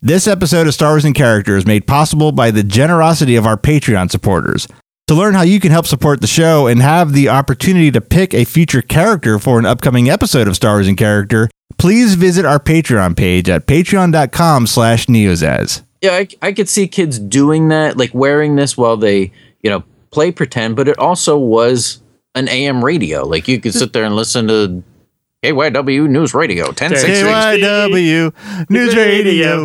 This episode of Star Wars and Character is made possible by the generosity of our Patreon supporters. To learn how you can help support the show and have the opportunity to pick a future character for an upcoming episode of Star Wars and Character, please visit our Patreon page at patreon.com slash neozaz. Yeah, I, I could see kids doing that, like wearing this while they, you know, play pretend, but it also was an AM radio. Like you could sit there and listen to KYW News Radio 1060. KYW News Radio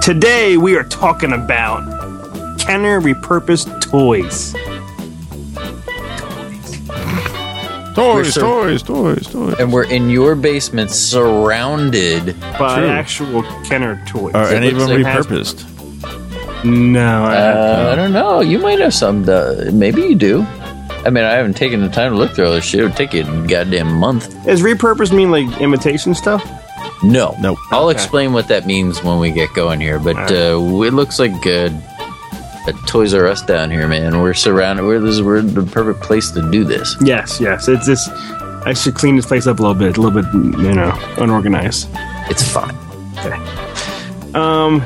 Today we are talking about Kenner repurposed toys. Toys, Sure. toys, toys, toys. And we're in your basement surrounded. By True. actual Kenner toys. Are any of them It repurposed? no, I Uh, I don't know. You might have some. Uh, maybe you do. I mean, I haven't taken the time to look through all this shit. It would take you a goddamn month. Does repurposed mean like imitation stuff? No. Nope. I'll Okay. explain what that means when we get going here, but uh, it looks like uh, a Toys R Us down here, man. We're surrounded. We're, this is, we're the perfect place to do this. Yes, yes. It's this. I should clean this place up a little bit. A little bit, you know, unorganized. It's fine. Um,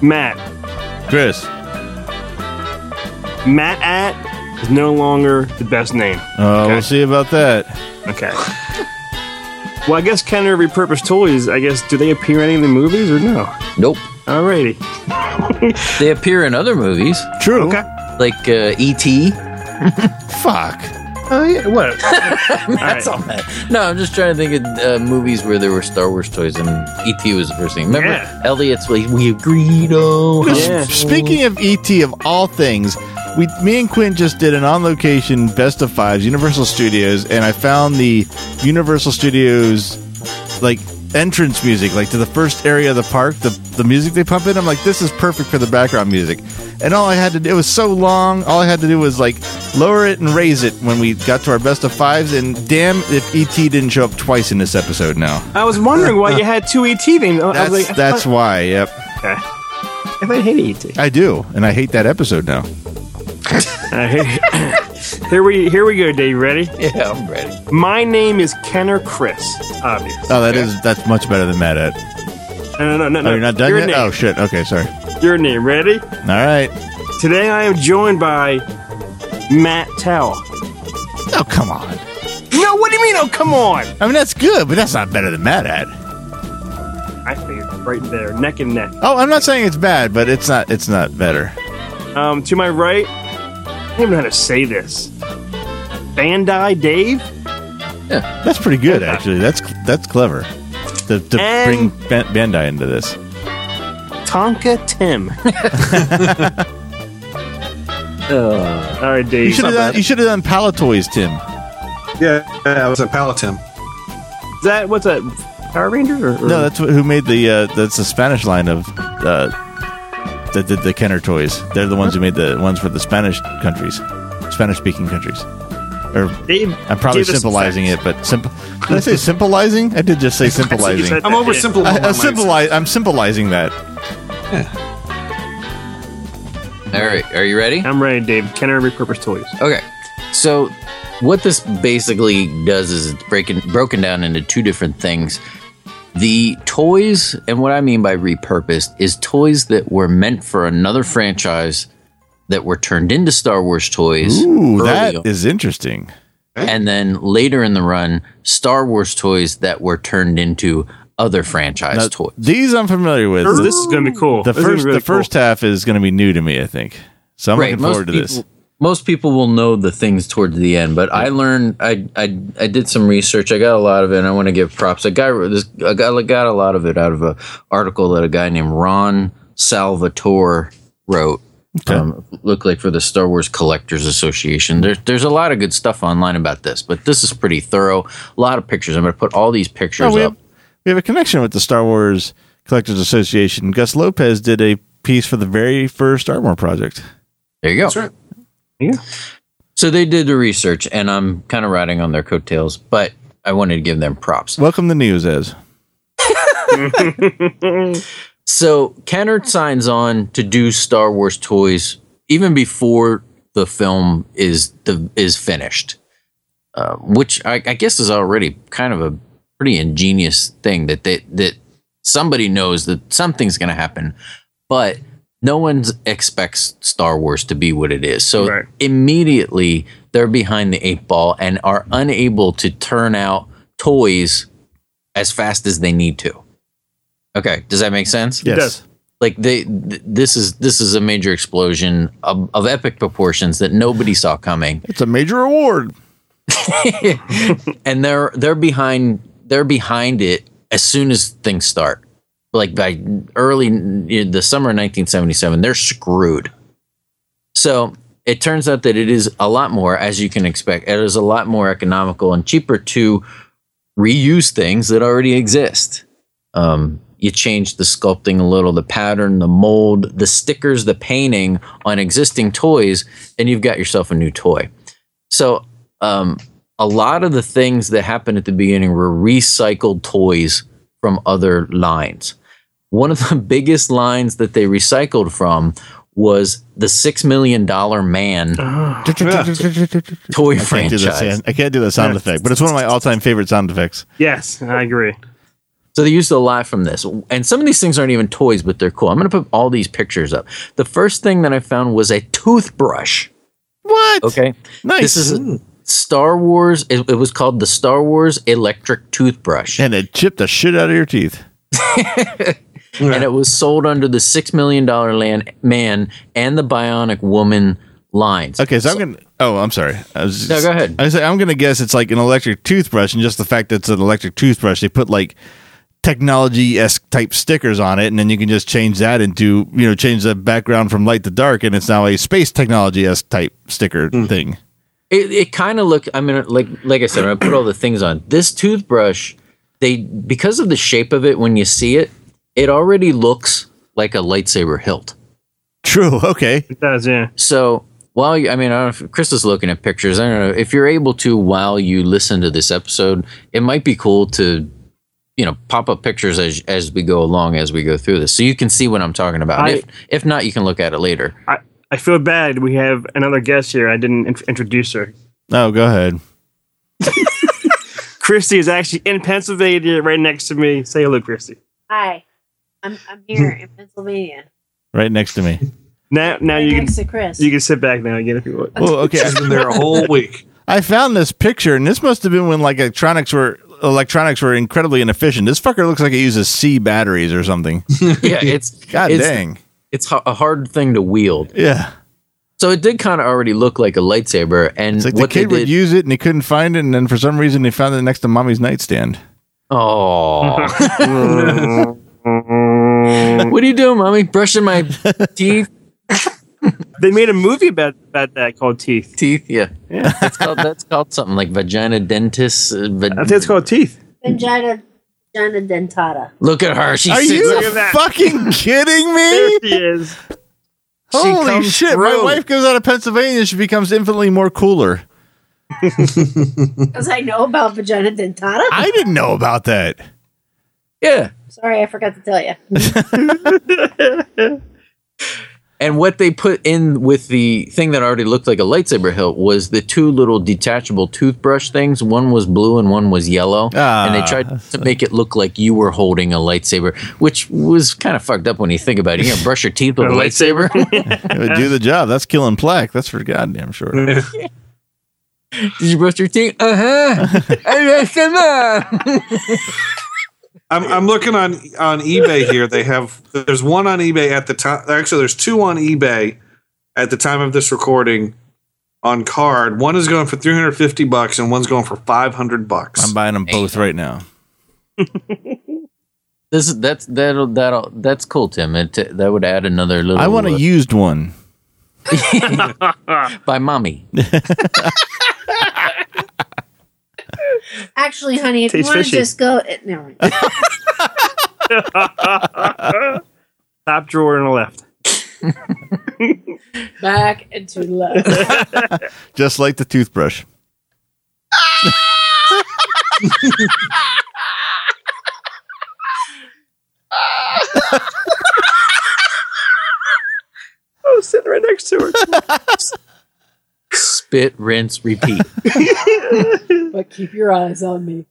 Matt. Chris. uh, Matt at is no longer the best name. Uh, Okay. We'll see about that. Okay. well, I guess Kenner repurposed toys. I guess do they appear in any of the movies or no? Nope. Alrighty. They appear in other movies, True. Okay. like uh, E.T. Fuck. Oh yeah. What? That's all that. No, I'm just trying to think of uh, movies where there were Star Wars toys, and E.T. was the first thing. Remember, Yeah. Elliot's like, we agreed, oh. S- Yeah. Speaking of ET, of all things, we, me and Quinn just did an on-location best of fives, Universal Studios, and I found the Universal Studios like entrance music, like to the first area of the park, the the music they pump in. I'm like, this is perfect for the background music. And all I had to do it was so long. All I had to do was like lower it and raise it when we got to our best of fives. And damn, if ET didn't show up twice in this episode now. I was wondering why you had two ET names. I That's was like, that's why. Yep, Okay. I might hate ET. I E do, and I hate that episode now. here we here we go, Dave. Ready? Yeah, I'm ready. My name is Kenner Chris. Obvious. Oh, that is that's much better than Mad Ed. No, no, no, no. Oh, no. you're not done Your yet. Name, Oh shit. Okay, sorry. Your name. Ready? All right. Today I am joined by Matt Tell. Oh come on. No, what do you mean? Oh, come on. I mean that's good, but that's not better than Mad Ed. I figured right there, neck and neck. Oh, I'm not saying it's bad, but it's not it's not better. Um, to my right, I don't even know how to say this. Bandai Dave That's pretty good actually. That's that's clever. To, to bring And- Ban- Bandai into this. Tonka Tim. Uh, All right, Dave. You should have Is done you should have done Palatoys, Tim. Yeah, yeah, I was a Palatim. that what's that? Power Rangers or, or- No, that's wh- who made the uh, that's the Spanish line of uh, that did the Kenner toys. They're the ones who made the ones for the Spanish countries, Spanish speaking countries. Or Dave? I'm probably gave us some simplizing it, facts. but simple. Did I say simplizing? I did just say I think you simplizing. said I, I'm that, Dave. oversimple. I symbolize. I'm symbolizing that. All right, are you ready? I'm ready, Dave. Can I repurpose toys? Okay. So what this basically does is it's breaking broken down into two different things. The toys, and what I mean by repurposed is toys that were meant for another franchise that were turned into Star Wars toys. Ooh, early that on. is interesting. and then later in the run, Star Wars toys that were turned into other franchise Now, toys. these I'm familiar with. So this is gonna be cool. the This is gonna first, be really the first half is going to be new to me. I think. So I'm looking forward to people, this. Most people will know the things towards the end, but I learned. I, I I did some research. I got a lot of it. and I want to give props. I got this. I got I got a lot of it out of a article that a guy named Ron Salvatore wrote. Um, look like for the Star Wars Collectors Association. There's there's a lot of good stuff online about this, but this is pretty thorough. A lot of pictures. I'm going to put all these pictures Oh, we, up. have, we have a connection with the Star Wars Collectors Association, Gus Lopez did a piece for the very first Artmore project. There you go. That's right. Yeah. So they did the research, and I'm kind of riding on their coattails, but I wanted to give them props. Welcome to news, Ez. So Kennard signs on to do Star Wars toys even before the film is the is finished, uh, which I, I guess is already kind of a pretty ingenious thing that they that somebody knows that something's going to happen, but no one expects Star Wars to be what it is. So Right. immediately they're behind the eight ball and are unable to turn out toys as fast as they need to. Okay, does that make sense? Yes. does. like they th- this is this is a major explosion of, of epic proportions that nobody saw coming It's a major award. and they're they're behind they're behind it as soon as things start like by early in the summer of 1977 they're screwed so it turns out that it is a lot more as you can expect it is a lot more economical and cheaper to reuse things that already exist um, you change the sculpting a little the pattern the mold the stickers the painting on existing toys and you've got yourself a new toy so um, a lot of the things that happened at the beginning were recycled toys from other lines. One of the biggest lines that they recycled from was the Six Million Dollar Man I toy can't do that franchise. sound. I can't do that sound effect, but it's one of my all-time favorite sound effects. Yes, I agree. So they used a lot from this. And some of these things aren't even toys, but they're cool. I'm going to put all these pictures up. The first thing that I found was a toothbrush. What? Okay. Nice. This is Star Wars. It, it was called the Star Wars Electric Toothbrush. and it chipped the shit out of your teeth. and it was sold under the six million dollar land man and the bionic woman lines. Okay, so, I'm gonna. Oh, I'm sorry. I was just, No, go ahead. I say I'm gonna guess it's like an electric toothbrush, and just the fact that it's an electric toothbrush, they put like technology esque type stickers on it, and then you can just change that into you know change the background from light to dark, and it's now a space technology esque type sticker thing. It, it kind of looked. I mean, like like I said, I put all the things on this toothbrush. They because of the shape of it when you see it, it already looks like a lightsaber hilt. True. Okay. It does, yeah. So while you, I mean, I don't know if Chris is looking at pictures. I don't know if you're able to while you listen to this episode. It might be cool to, you know, pop up pictures as as we go along as we go through this, so you can see what I'm talking about. I- if if not, you can look at it later. I, I feel bad. We have another guest here. I didn't in- introduce her. Oh, go ahead. Christy is actually in Pennsylvania, right next to me. Say hello, Christy. Hi, I'm I'm here in Pennsylvania. Right next to me. Now, now Right you can next to Chris. you can sit back now again if you want. Well, okay. She's been there a whole week. I found this picture, and this must have been when like electronics were electronics were incredibly inefficient. This fucker looks like it uses C batteries or something. yeah, it's God it's, dang. It's ha- a hard thing to wield. Yeah. So it did kind of already look like a lightsaber, and It's like what the kid they would did. use it and he couldn't find it, and then for some reason they found it next to mommy's nightstand. oh, what are you doing, mommy? Brushing my teeth. They made a movie about about that called Teeth. Teeth, yeah. That's, called, that's called something like vagina dentist. Uh, va- I think it's called Teeth. Vagina, vagina dentata. Look at her. She Are sits you up. at that. fucking kidding There me? she is. She Holy comes shit! My through. wife goes out of Pennsylvania. She becomes infinitely more cooler. Because I know about vagina dentata. I didn't know about that. Yeah. Sorry, I forgot to tell you. And what they put in with the thing that already looked like a lightsaber hilt was the two little detachable toothbrush things. One was blue and one was yellow. Ah. and they tried to make it look like you were holding a lightsaber, which was kind of fucked up when you think about it. You're going to brush your teeth with a A lightsaber? It would do the job. That's killing plaque. That's for goddamn sure. Did you brush your teeth? Uh huh. I brushed them up. I'm, I'm looking on on eBay here. They have there's one on eBay at the time. Actually, there's two on eBay at the time of this recording on card. One is going for 350 bucks and one's going for 500 bucks. I'm buying them both right now. This is- that's that'll that'll that's cool, Tim. It, that would add another little. I want a uh, used one. by mommy. Actually, honey, if Tastes you want to fishy. just go, eh, never mind. Top drawer and a left. Back and to left. Just like the toothbrush. I was Oh, sitting right next to her. Spit, rinse, repeat. but keep your eyes on me.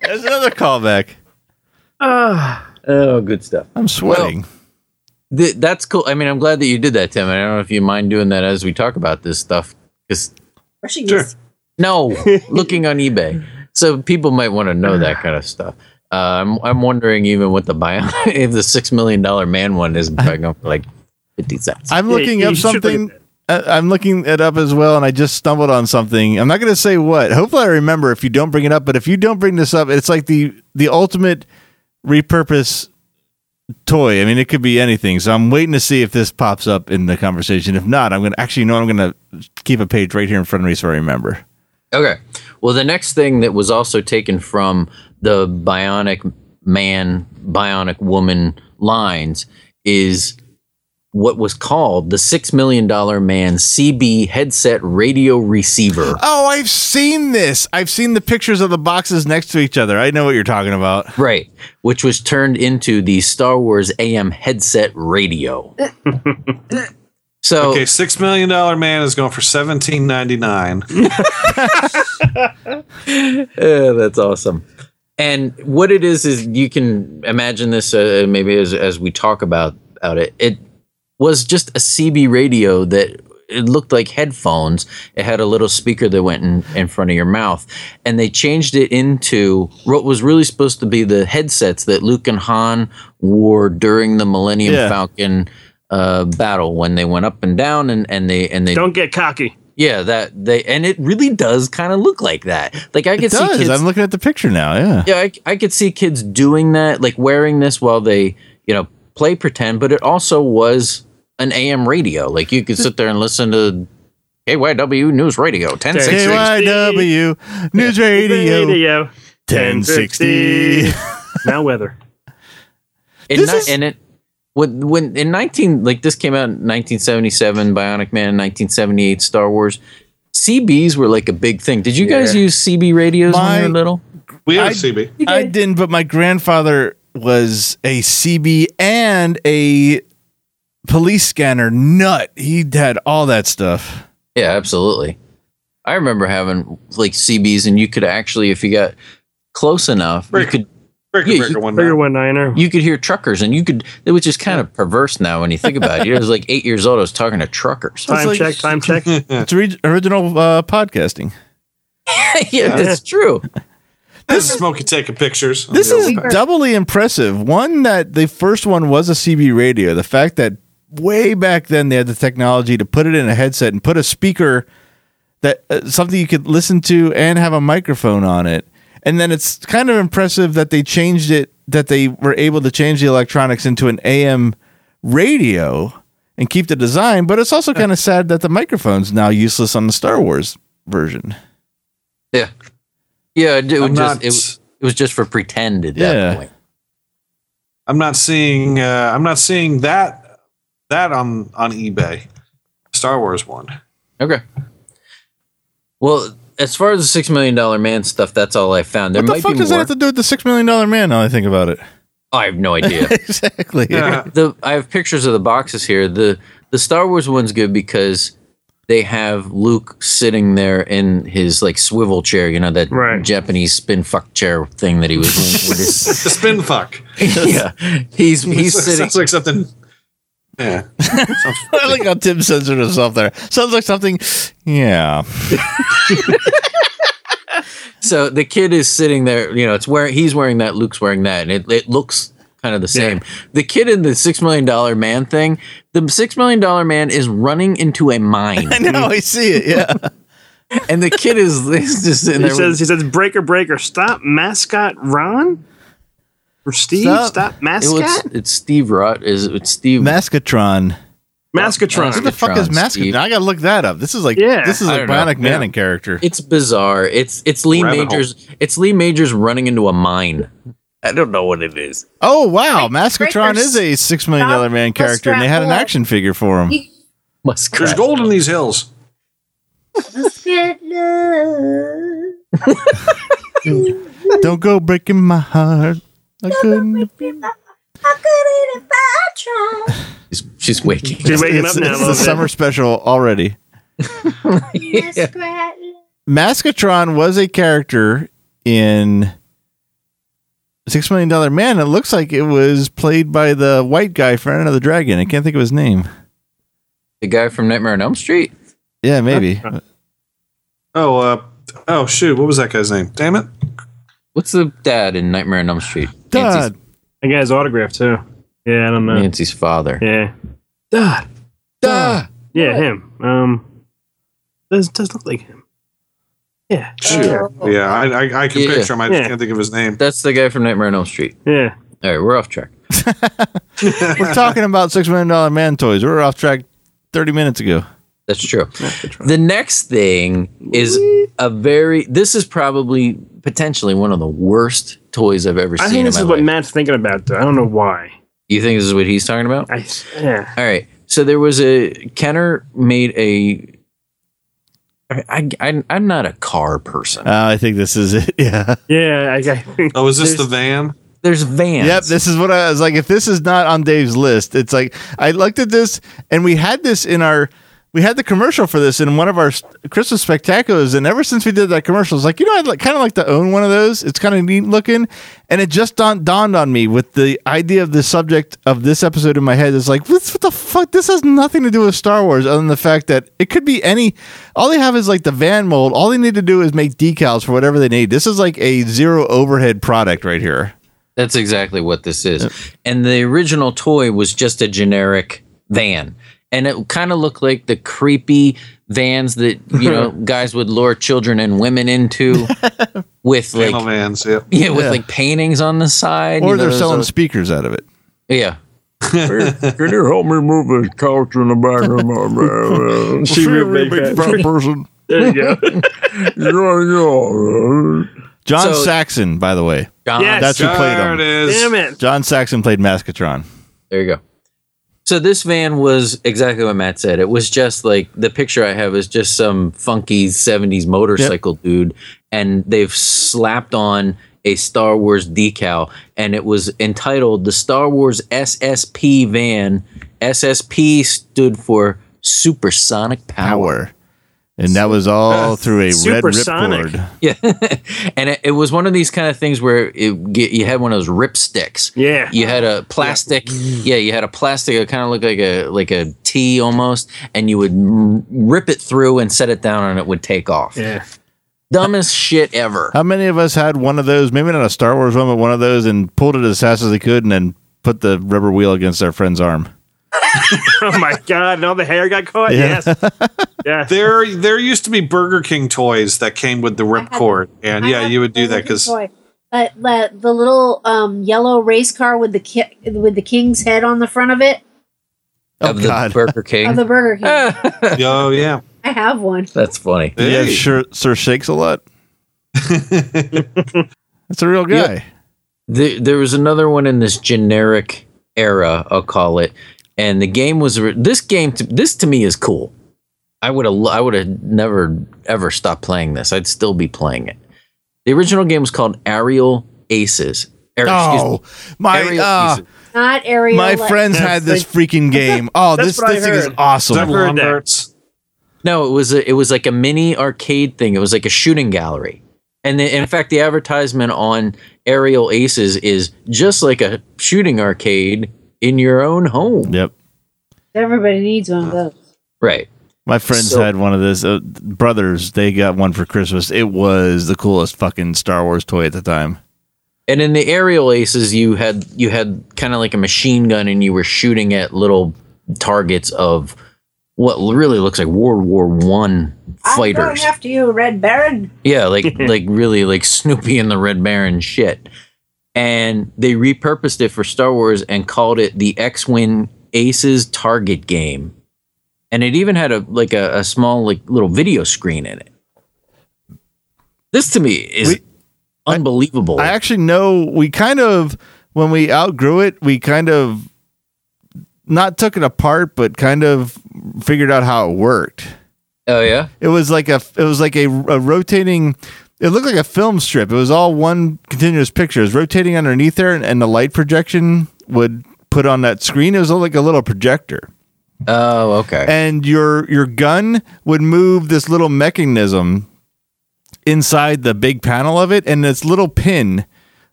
There's another callback. Ah, oh, good stuff. I'm sweating. Th- that's cool. I mean, I'm glad that you did that, Tim. I don't know if you mind doing that as we talk about this stuff. 'cause- Rushing Sure. is no, looking on eBay, so people might want to know that kind of stuff. Uh, I'm I'm wondering even what the bio if the six million dollar man one is probably going for like fifty cents. I'm Yeah, looking you up should look at something. I- I'm looking it up as well, and I just stumbled on something. I'm not going to say what. Hopefully, I remember if you don't bring it up. But if you don't bring this up, it's like the the ultimate repurpose toy. I mean, it could be anything. So I'm waiting to see if this pops up in the conversation. If not, I'm going to actually no. I'm going to keep a page right here in front of me so I remember. Okay. Well, the next thing that was also taken from the Bionic Man, Bionic Woman lines is what was called the Six Million Dollar Man CB Headset Radio Receiver. Oh, I've seen this. I've seen the pictures of the boxes next to each other. I know what you're talking about. Right, which was turned into the Star Wars AM headset radio. so Okay, six million dollar man is going for seventeen ninety nine. Yeah, that's awesome. And what it is is you can imagine this uh, maybe as as we talk about about it. It was just a CB radio that it looked like headphones. It had a little speaker that went in, in front of your mouth, and they changed it into what was really supposed to be the headsets that Luke and Han wore during the Millennium Yeah. Falcon uh, battle when they went up and down, and, and they and they don't get cocky. yeah that they and it really does kind of look like that. Like I could It see does. kids I'm looking at the picture now. Yeah. yeah, I, I could see kids doing that, like wearing this while they, you know, play pretend. But it also was an AM radio. Like you could sit there and listen to KYW News Radio ten There. six. KYW News Radio Radio. 1060. Now weather. And, This ni- is- and it when when in nineteen like this came out in nineteen seventy seven, Bionic Man, nineteen seventy eight, Star Wars. CBs were like a big thing. Did you guys Yeah. use CB radios when you My- were little? We I- have CB. I didn't, but my grandfather was a CB and a police scanner nut. He had all that stuff. Yeah, absolutely. I remember having like CBs, and you could actually, if you got close enough, you Break. could Breaker, Yeah, breaker, you- one Bigger nine. one niner. you could hear truckers and you could which is kind of perverse now when you think about it i was like eight years old i was talking to truckers Time like- check. Time check. It's orig- original uh, podcasting. yeah that's true This is Smokey taking pictures. This is doubly impressive. One that the first one was a CB radio. The fact that way back then they had the technology to put it in a headset and put a speaker that uh, something you could listen to and have a microphone on it. And then it's kind of impressive that they changed it that they were able to change the electronics into an AM radio and keep the design, but it's also kind of sad that the microphone's now useless on the Star Wars version. yeah yeah it, it was I'm just not- it, was- it was just for pretend at that Yeah. point I'm not seeing. Uh, I'm not seeing that that on on eBay. Star Wars one. okay well as far as the six million dollar man stuff that's all i found there what the might fuck be does that more have to do with the six million dollar man now I think about it? i have no idea exactly. Yeah. the I have pictures of the boxes here. The the Star Wars one's good because they have Luke sitting there in his like swivel chair, you know, that Right. Japanese spin fuck chair thing that he was in with his the spin fuck. Yeah. He's he's Sounds- sitting Sounds like something. Yeah. I like how Tim censored himself there. Sounds like something. Yeah. so the kid is sitting there, you know, it's where he's wearing that, Luke's wearing that, and it, it looks kind of the same. The kid in the six million dollar man thing, the six million dollar man is running into a mine. No, I see it. Yeah. and the kid is, is just sitting He there. with- says, he says, breaker, breaker, stop, mascot, Ron? Or Steve, Stop. stop, it mascot? looks, it's Steve Rot is it's Steve Maskatron. Mascatron. What the fuck is Maskatron, Maskatron? Steve. I gotta look that up. This is like Yeah. this is I like don't know. Bionic Man in character. It's bizarre. It's it's Lee Rabbit hole. Majors. It's Lee Majors running into a mine. I don't know what it is. Oh wow, Like, Maskatron Breaker's is a six million dollar Stop man the character, and they had an Scrabble. action figure for him. You- Muskrat. There's gold in these hills. Don't go breaking my heart. I couldn't. She's, she's waking. She's waking it's up now. it's a the little bit. summer special already. Maskatron was a character in Six Million Dollar Man. It looks like it was played by the white guy friend of the dragon. I can't think of his name. The guy from Nightmare on Elm Street. Yeah, maybe. Oh, uh, oh shoot, what was that guy's name? Damn it! What's the dad in Nightmare on Elm Street? Dad. I got his autograph too. Yeah, I don't know. Nancy's, Nancy's father. Yeah. Ah. Duh. Duh. Yeah, him. Um, does does look like him. Yeah. Shoot. Oh. Yeah, I, I, I can Yeah. picture him. I just Yeah. can't think of his name. That's the guy from Nightmare on Elm Street. Yeah. All right, we're off track. We're talking about Six Million Dollar Man toys. We were off track 30 minutes ago. That's true. The next thing is a very. This is probably potentially one of the worst toys I've ever I seen. think this in is my what life. Matt's thinking about though. I don't know why. you think this is what he's talking about? I yeah. All right. So there was a Kenner made a. I, I, I'm not a car person. Uh, I think this is it. Yeah. Yeah, I, I think Oh, is this the van? There's vans. Yep, this is what I was like. If this is not on Dave's list, it's like I looked at this, and we had this in our we had the commercial for this in one of our Christmas spectaculars, and ever since we did that commercial, it's like you know I'd like, kind of like to own one of those. It's kind of neat looking, and it just dawned, dawned on me with the idea of the subject of this episode in my head. It's like what, what the fuck? This has nothing to do with Star Wars other than the fact that it could be any. All they have is like the van mold. All they need to do is make decals for whatever they need. This is like a zero overhead product right here. That's exactly what this is. And the original toy was just a generic van. And it kind of looked like the creepy vans that, you know, guys would lure children and women into with like Panel vans. Yeah. yeah, with Yeah. like paintings on the side. or you know, they're those selling other- speakers out of it. Yeah. Can you help me move this couch in the back of my she really big fat. person. There you go. Yeah, yeah. John So- Saxon, by the way, Gone. Yes. that's who played There it him. is. Damn it. John Saxon played Maskatron. There you go. So this van was exactly what Matt said. It was just like the picture I have is just some funky 70s motorcycle dude and they've slapped on a Star Wars decal and it was entitled the Star Wars SSP van. SSP stood for supersonic power. Power. And that was all through a red supersonic. ripcord. Yeah. and it, it was one of these kind of things where it, get, you had one of those rip sticks. Yeah. you had a plastic yeah you had a plastic it kind of looked like a like a t almost and you would r- rip it through and set it down and it would take off Yeah. dumbest shit ever How many of us had one of those? Maybe not a Star Wars one, but one of those, and pulled it as fast as they could, and then put the rubber wheel against our friend's arm. Oh my god, and all the hair got caught? Yeah. Yes. Yes. There, there used to be Burger King toys that came with the had- ripcord, and I yeah, have you a would do that favorite because toy. But the, the little um, yellow race car with the ki- with the king's head on the front of it Oh, of God. the burger king of the Burger King. oh yeah, I have one. that's funny Did you have Hey. Sir, Sir Shakes a lot? That's a real guy. the, there was another one in this generic era i'll call it and the game was re- this game to, this to me is cool i would have i would have never ever stopped playing this i'd still be playing it the original game was called aerial aces Er, excuse me, Oh, my Aerial uh, Aces. Not Ariel. my like- friends That's had this freaking game. Oh, That's this, what I this thing is heard. is that awesome. heard that. Lambert's? No, it was a, it was like a mini arcade thing. It was like a shooting gallery, and the, in fact, the advertisement on Aerial Aces is just like a shooting arcade in your own home. Yep. Everybody needs one Uh, of those. Right. My friends So- had one of this. Uh, brothers, they got one for Christmas. It was the coolest fucking Star Wars toy at the time. And in the Aerial Aces, you had you had kind of like a machine gun, and you were shooting at little targets of what really looks like World War One I'm fighters. going after you, Red Baron. Yeah, like like really like Snoopy and the Red Baron shit. And they repurposed it for Star Wars and called it the X-Wing Aces Target Game. And it even had a like a, a small like little video screen in it. This to me is We- Unbelievable. I actually know we kind of when we outgrew it, we kind of not took it apart, but kind of figured out how it worked. oh yeah. It was like a it was like a, a rotating. It looked like a film strip. It was all one continuous picture. It was rotating underneath there, and, and the light projection would put on that screen. It was like a little projector Oh okay. and your your gun would move this little mechanism inside the big panel of it and this little pin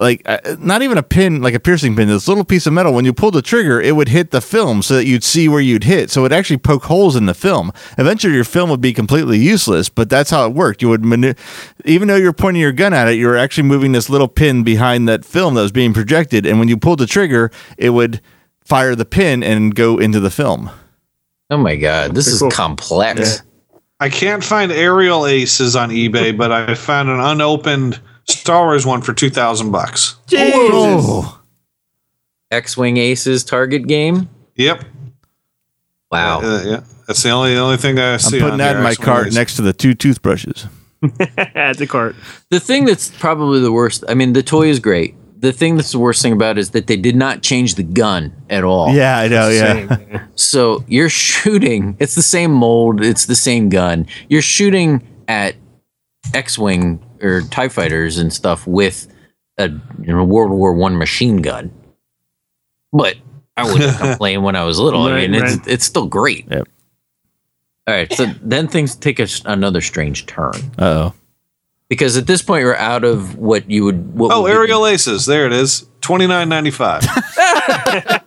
like uh, not even a pin like a piercing pin this little piece of metal when you pulled the trigger it would hit the film so that you'd see where you'd hit so it actually poke holes in the film eventually your film would be completely useless but that's how it worked you would manu- even though you're pointing your gun at it you were actually moving this little pin behind that film that was being projected and when you pulled the trigger it would fire the pin and go into the film Oh my god. This is complex. I can't find Aerial Aces on eBay, but I found an unopened Star Wars one for two thousand bucks. Oh, X-wing Aces target game. Yep. Wow. Uh, yeah. That's the only the only thing I I'm see. putting on that there, in my X-Men cart Aces. next to the two toothbrushes. At the cart. The thing that's probably the worst. I mean, the toy is great. The thing that's the worst thing about it is that they did not change the gun at all. Yeah, I know. Yeah, So you're shooting. It's the same mold. It's the same gun. You're shooting at X-wing or Tie fighters and stuff with a you know, World War One machine gun. But I wouldn't complain when I was little. I Right, mean, it's right. it's still great. Yep. All right. So then things take a, s- another strange turn oh, because at this point you're out of what you would. What Oh, would be- Aerial Aces. There it is. Twenty nine ninety five.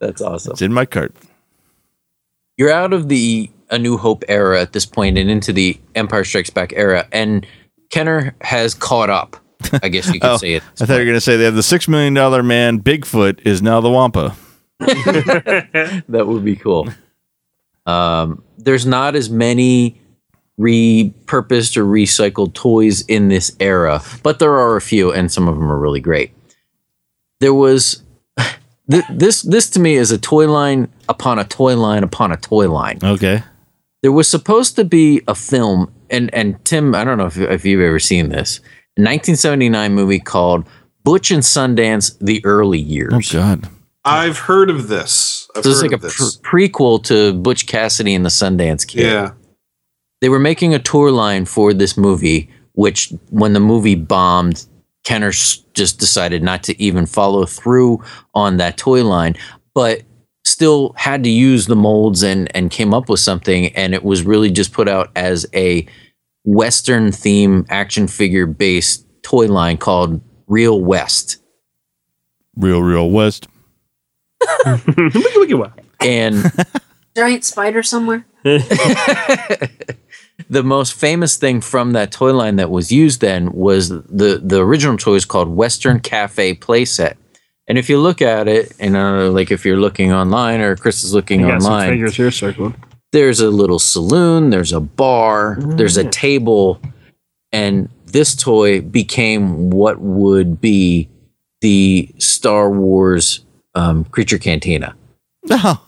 That's awesome. it's in my cart. you're out of the A New Hope era at this point and into the Empire Strikes Back era, and Kenner has caught up. I guess you could Oh, say it. I thought you were gonna say they have the six million dollar man. Bigfoot is now the Wampa. That would be cool. Um, there's not as many repurposed or recycled toys in this era, but there are a few, and some of them are really great. There was th- this. This to me is a toy line upon a toy line upon a toy line. Okay, there was supposed to be a film and and tim i don't know if, if you've ever seen this 1979 movie called butch and sundance the early oh years god, I've heard of this. I've so this is like heard a of this. pre- prequel to butch cassidy and the sundance kid yeah. they were making a tour line for this movie which when the movie bombed kenner s- just decided not to even follow through on that toy line but still had to use the molds and and came up with something and it was really just put out as a western theme action figure based toy line called real west real, real West. Wiki, wiki, wa. and Giant spider somewhere. the most famous thing from that toy line that was used then was the the original toy is called Western Cafe Playset. And if you look at it, and I don't know, like if you're looking online or Chris is looking You got some online, figures here circled. there's a little saloon, there's a bar, there's a table, and this toy became what would be the Star Wars um, Creature Cantina. Oh,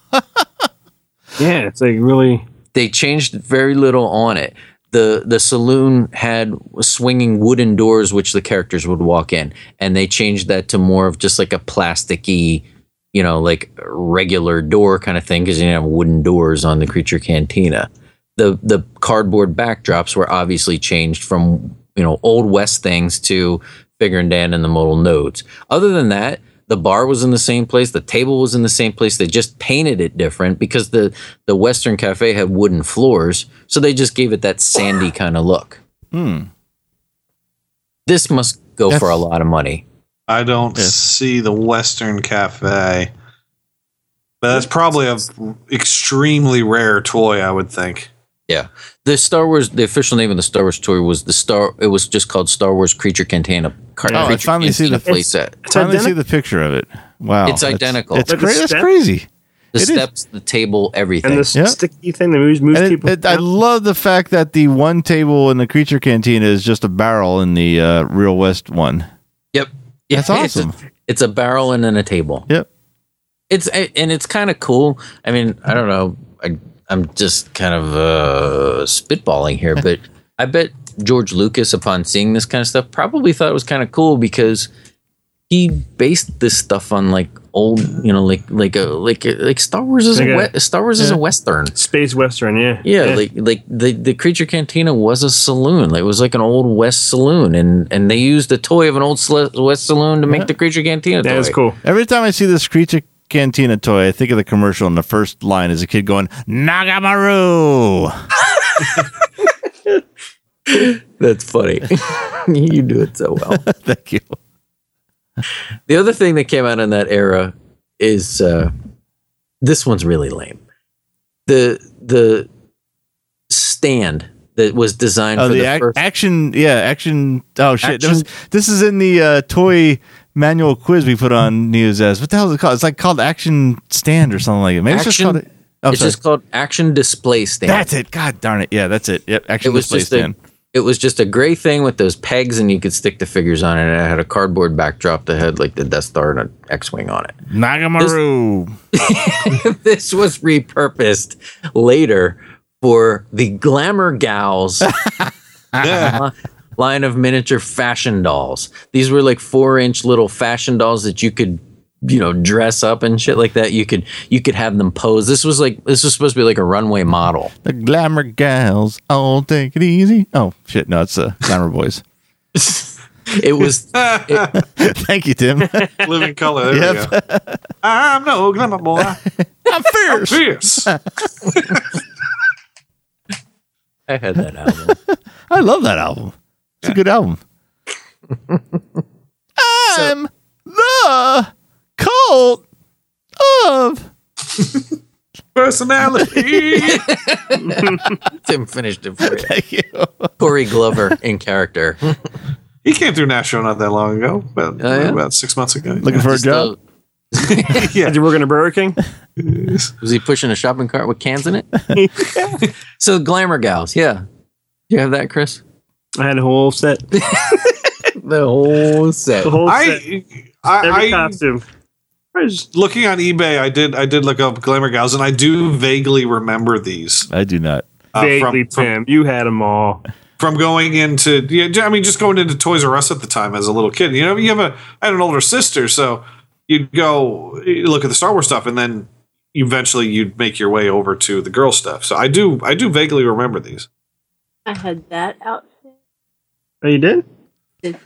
Yeah, it's like really. they changed very little on it. The the saloon had swinging wooden doors which the characters would walk in, and they changed that to more of just like a plasticky, you know, like regular door kind of thing because you didn't have wooden doors on the creature cantina. The the cardboard backdrops were obviously changed from you know old west things to Figure and Dan and the modal nodes. Other than that, the bar was in the same place, the table was in the same place. They just painted it different because the the Western Cafe had wooden floors, so they just gave it that sandy kind of look. hmm. This must go for a That's- lot of money. I don't Yeah. see the Western Cafe. But that's probably a extremely rare toy, I would think. The Star Wars, the official name of the Star Wars tour was the Star. It was just called Star Wars Creature Cantina. Car- Oh, I Creature finally see Cantina the- playset. It's Finally see identical. the picture of it. Wow, It's that's- identical. It's But the crazy. That's step- crazy. The It is. steps, the table, everything. And this Yeah. sticky thing that moves, moves And it- people. it- I love the fact that the one table in the creature cantina is just a barrel in the uh, real West one. yep, That's Yeah, it's a- awesome. It's a barrel and then a table. Yep. It's and it's kind of cool. I mean, I don't know. I I'm just kind of uh, spitballing here, but I bet George Lucas, upon seeing this kind of stuff, probably thought it was kind of cool because he based this stuff on like old, you know, like like a like a, like Star Wars is Like a, a- we- Star Wars is a yeah. western. Space Western, yeah. Yeah, like like the the creature cantina was a saloon. Like, it was like an old west saloon, and and they used the toy of an old sl- west saloon to make the creature cantina. that toy. is cool. Every time I see this creature cantina toy, I think of the commercial, and the first line is a kid going Nagamaru. That's funny. you do it so well. Thank you. The other thing that came out in that era is uh, this one's really lame. The the stand that was designed Oh, for the, the, ac- first action, yeah, action. Oh shit, That was- Action- this is in the uh, toy manual quiz we put on News as. What the hell is it called? It's like called Action Stand or something like it. Maybe it's just Action- called. It. Oh, it's sorry. just called action display stand. that's it. God darn it. Yeah, that's it. Yep, it action was display just a, stand. it was just a gray thing with those pegs and you could stick the figures on it and it had a cardboard backdrop that had like the Death Star and an X Wing on it. Nagamaru. this was repurposed later for the Glamour Gals Uh-huh. line of miniature fashion dolls. These were like four inch little fashion dolls that you could you know dress up and shit like that you could you could have them pose this was like this was supposed to be like a runway model The glamour gals all take it easy. Oh shit, no, it's uh, glamour boys. it was Thank you, Tim. Living color. There we go. I'm no glamour boy. I'm fierce. Fierce. i had that album I love that album. It's a good album. I'm the cult of Personality. tim finished it for you Thank you. corey glover in character he came through Nashville not that long ago, but Oh, yeah? about six months ago. Looking for a Just the- job. yeah. Did you work in a Burger King? Was he pushing a shopping cart with cans in it? so glamour gals, yeah. You have that, Chris? I had a whole set. The whole set. The whole set. I, Every I, I costume. I was- looking on eBay. I did, I did look up glamour gals, and I do vaguely remember these I do not. uh, Vaguely, from, from Tim. You had them all. from going into yeah, I mean, just going into Toys R Us at the time as a little kid. You know, you have a I had an older sister, so you'd go you look at the Star Wars stuff, and then eventually you'd make your way over to the girl stuff. So I do, I do vaguely remember these. I had that outfit. Oh, you did? Did.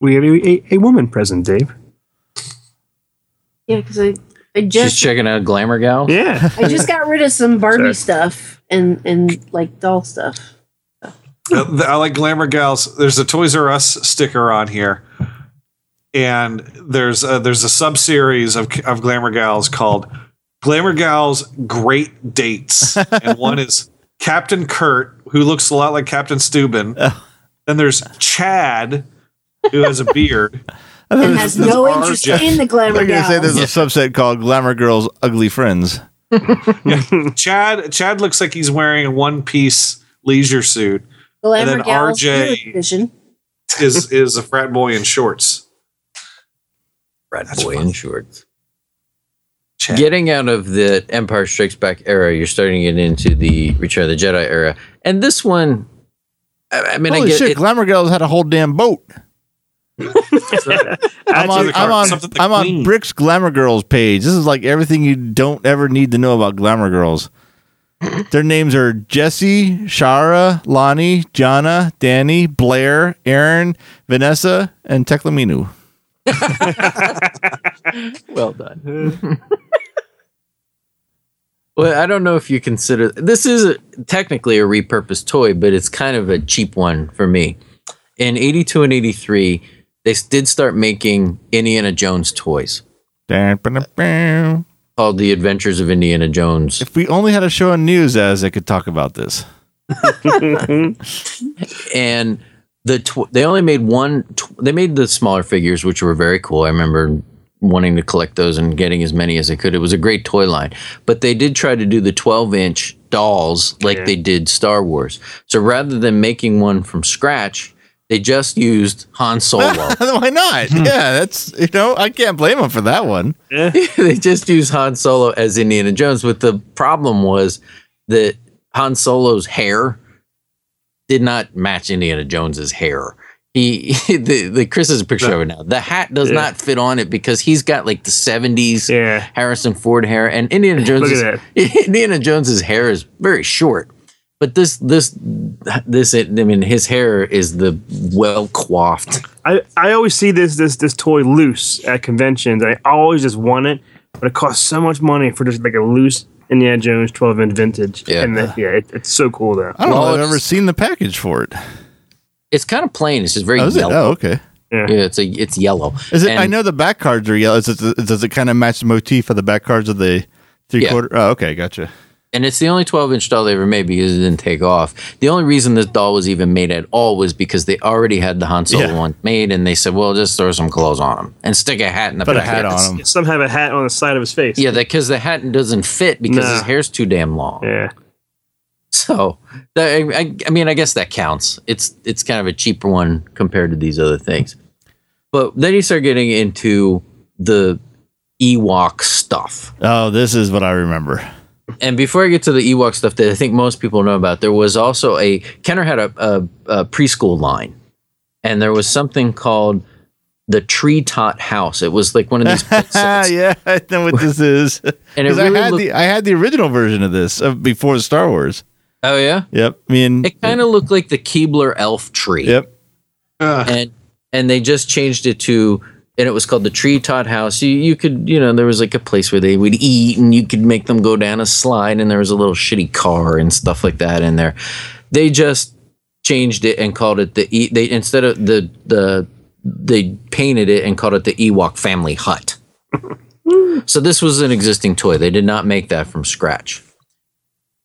We have a, a, a woman present, Dave. Yeah, because I, I Just just checking out glamour gal. Yeah. I just got rid of some Sorry. Barbie stuff and and like doll stuff. Uh, th- I like glamour gals. There's a Toys R Us sticker on here, and there's a, there's a sub series of of glamour gals called Glamour Gals Great Dates, and one is Captain Kurt, who looks a lot like Captain Steuben. Then there's Chad, who has a beard. And has no interest in the glamour I'm gonna say gal. there's a subset called Glamour Girls Ugly Friends. Chad Chad looks like he's wearing a one piece leisure suit. Glamour and then gal's RJ. Heroes Edition. Is is a frat boy in shorts. Brad Boy in shorts. Getting out of the Empire Strikes Back era, you're starting to get into the Return of the Jedi era. And this one I, I mean I Holy get shit, it, Glamour Girls had a whole damn boat. I'm Actually, on, the I'm cart, on, something the I'm on queen. Brick's Glamour Girls page. This is like everything you don't ever need to know about Glamour Girls. Their names are Jesse, Shara, Lonnie, Jana, Danny, Blair, Aaron, Vanessa, and Tekla Minu. Well done. well, I don't know if you consider this is a, technically a repurposed toy, but it's kind of a cheap one for me. In 82 and 83, they s- did start making Indiana Jones toys Dun, bun, dun, bun. called The Adventures of Indiana Jones. If we only had a show on news as that could talk about this. And the tw- they only made one tw- they made the smaller figures which were very cool. I remember wanting to collect those and getting as many as I could. It was a great toy line. But they did try to do the 12 inch dolls like they did Star Wars. So rather than making one from scratch, they just used Han Solo. Why not? yeah, that's you know I can't blame him for that one. they just used Han Solo as Indiana Jones. But the problem was that Han Solo's hair did not match Indiana Jones's hair. He, the, the Chris has a picture of it now. The hat does Yeah. not fit on it because he's got like the seventies Yeah. Harrison Ford hair, and Indiana Jones. Look at Indiana Jones's hair is very short, but this this this I mean his hair is the well coiffed. I, I always see this this this toy loose at conventions. I always just want it, but it costs so much money for just like a loose Indiana Jones 12 inch vintage. Yeah. and the, yeah, it, it's so cool though. I don't Well, know. I've it's- ever seen the package for it. It's kind of plain. It's just very Oh, is it? yellow. Oh, okay. Yeah, it's a it's yellow. Is it? And- I know the back cards are yellow. Is it, is- does it kind of match the motif of the back cards of the three Yeah. quarter? Oh, okay, gotcha. and it's the only 12 inch doll they ever made because it didn't take off. The only reason this doll was even made at all was because they already had the Han Solo Yeah. one made, and they said, "Well, just throw some clothes on him and stick a hat in the Put a back." hat on him. Some have a hat on the side of his face. Yeah, because the hat doesn't fit because Nah. his hair's too damn long. yeah. So, that, I- I, I mean, I guess that counts. It's it's kind of a cheaper one compared to these other things. But then you start getting into the Ewok stuff. Oh, this is what I remember. And before I get to the Ewok stuff that I think most people know about, there was also a Kenner had a, a, a preschool line, and there was something called the Tree Tot House. It was like one of these, play sets. Ah, yeah, I know what this is. and it 'Cause really I had looked. the I had the original version of this uh, before Star Wars. oh yeah, Yep. I mean, it kind of looked like the Keebler Elf tree. yep. Uh, and and they just changed it to and it was called the tree tot house you, you could you know there was like a place where they would eat and you could make them go down a slide and there was a little shitty car and stuff like that in there they just changed it and called it the e they instead of the the they painted it and called it the ewok family hut so this was an existing toy they did not make that from scratch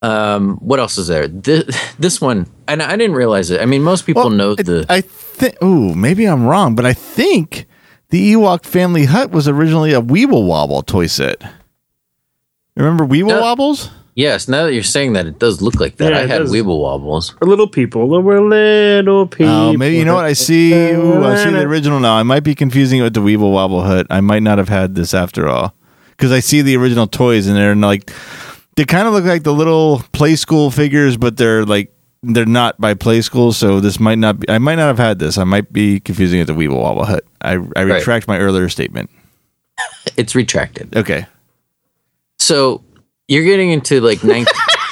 um what else is there this, this one and i didn't realize it i mean most people Well, know I- the I think. Ooh, maybe I'm wrong, but I think the Ewok Family Hut was originally a Weeble Wobble toy set. Remember Weeble No. Wobbles? Yes, now that you're saying that, it does look like that. Yeah, I it had does. Weeble Wobbles. We're little people. We're little people. Oh, maybe you know what I see. Ooh, I see the original now. I might be confusing it with the Weeble Wobble Hut. I might not have had this after all because I see the original toys in there and like they kind of look like the little play school figures, but they're like they're not by play school. So this might not. be I might not have had this. I might be confusing it with the Weeble Wobble Hut. I I Right. retract my earlier statement. It's retracted. Okay. So you're getting into like 19.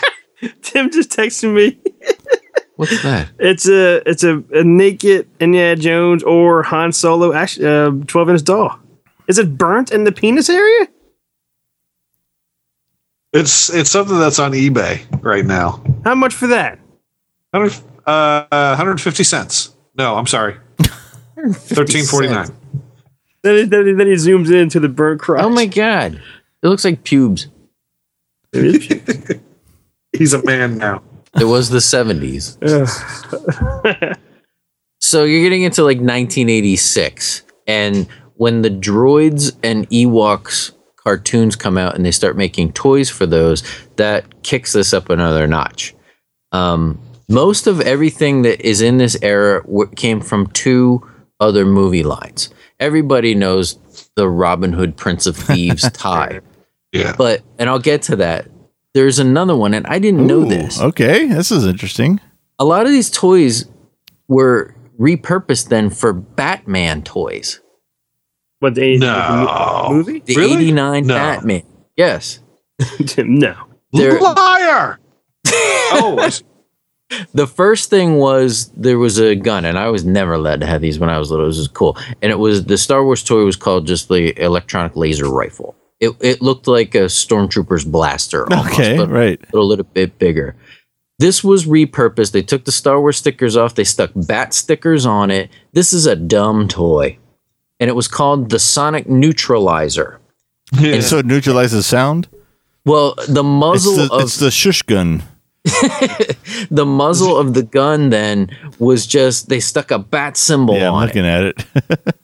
Tim just texted me. What's that? It's a it's a, a naked Indiana Jones or Han Solo act- uh, 12 inch doll. Is it burnt in the penis area? it's it's something that's on eBay right now. How much for that? 100, uh, uh, 150 cents. No, I'm sorry. 1349. Then he, then he, then he zooms into the burnt crotch. Oh my god. It looks like pubes. He's a man now. It was the 70s. Ugh. So you're getting into like 1986. And when the droids and Ewoks cartoons come out and they start making toys for those, that kicks this up another notch. Um, most of everything that is in this era w- came from two other movie lines. Everybody knows the Robin Hood Prince of Thieves tie. Yeah. But, and I'll get to that. There's another one, and I didn't know Ooh, this Okay, this is interesting. a lot of these toys were repurposed then for Batman toys. What the eighty No. movie? The Really? 89 No. Batman. Yes. no. There- Liar. oh, I see. The first thing was there was a gun, and I was never allowed to have these when I was little. This is cool. And it was the Star Wars toy was called just the electronic laser rifle. It, it looked like a stormtrooper's blaster. Almost, okay, but right. a little bit bigger. This was repurposed. They took the Star Wars stickers off. They stuck bat stickers on it. This is a dumb toy. And it was called the Sonic Neutralizer. And so it neutralizes sound. Well, the It's muzzle the, of it's the shush gun. the muzzle of the gun then was just they stuck a bat symbol Yeah, I'm on it. looking at it.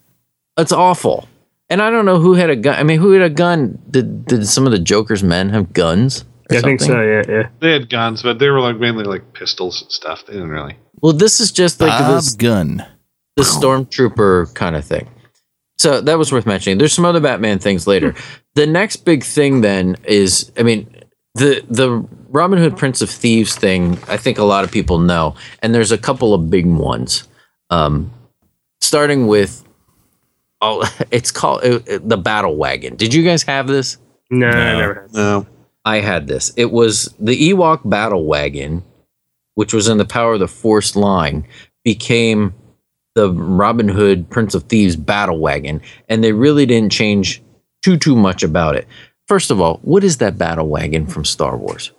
It's awful. And I don't know who had a gun. I mean, who had a gun? Did did some of the Joker's men have guns? or Yeah, I think something? so. Yeah, yeah. They had guns, but they were like mainly like pistols and stuff. They didn't really. Well, this is just like Bob this gun. the stormtrooper kind of thing. So that was worth mentioning. There's some other Batman things later. the next big thing then is, I mean, the the Robin Hood Prince of Thieves thing, I think a lot of people know, and there's a couple of big ones. Um, starting with, oh, it's called it, it- the Battle Wagon. Did you guys have this? No, I never had. No. I had this. It was the Ewok Battle Wagon, which was in the Power of the Force line, became the Robin Hood Prince of Thieves Battle Wagon, and they really didn't change too too much about it. First of all, what is that battle wagon from Star Wars?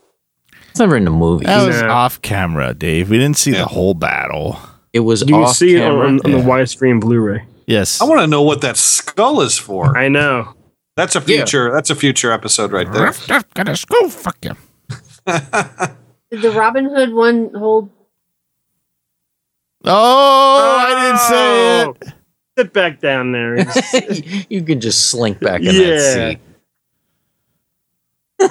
It's never in the movie. That was Yeah. off camera, Dave. We didn't see Yeah. the whole battle. It was You can off see camera. it on, on Yeah. the widescreen Blu-ray. Yes. I want to know what that skull is for. I know. That's a Yeah. future. That's a future episode right there. gonna school. Fuck you. Did the Robin Hood one hold? Oh, I Oh! didn't say it. Sit back down there. It's- you can just slink back in Yeah. that seat.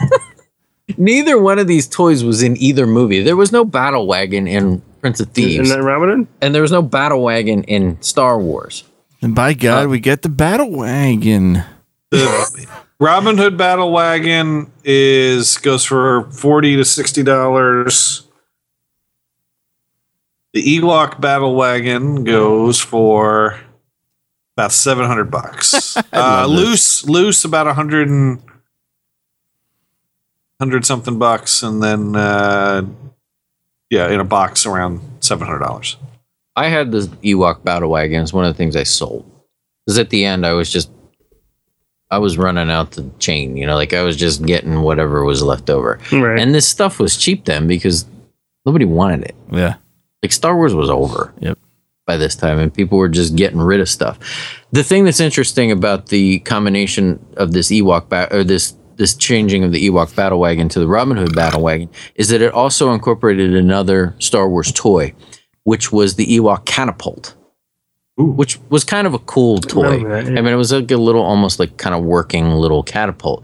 Neither one of these toys was in either movie. There was no battle wagon in Prince of Isn't Thieves, that Robin Hood? and there was no battle wagon in Star Wars. And by God, Uh, we get the battle wagon. The Robin Hood Battle Wagon is goes for forty to sixty dollars. The Ewok Battle Wagon goes for about seven hundred bucks. uh, love this. loose, loose about a hundred and hundred something bucks, and then uh, yeah, in a box around seven hundred dollars. I had this Ewok battle wagon. It's one of the things I sold. Because at the end, I was just, I was running out the chain. You know, like I was just getting whatever was left over. Right. And this stuff was cheap then because nobody wanted it. Yeah. like Star Wars was over. Yep. By this time, and people were just getting rid of stuff. The thing that's interesting about the combination of this Ewok ba- or this this changing of the Ewok battle wagon to the Robin Hood battle wagon is that it also incorporated another Star Wars toy, which was the Ewok catapult, which was kind of a cool toy. remember that, yeah. I mean, it was like a little, almost like kind of working little catapult.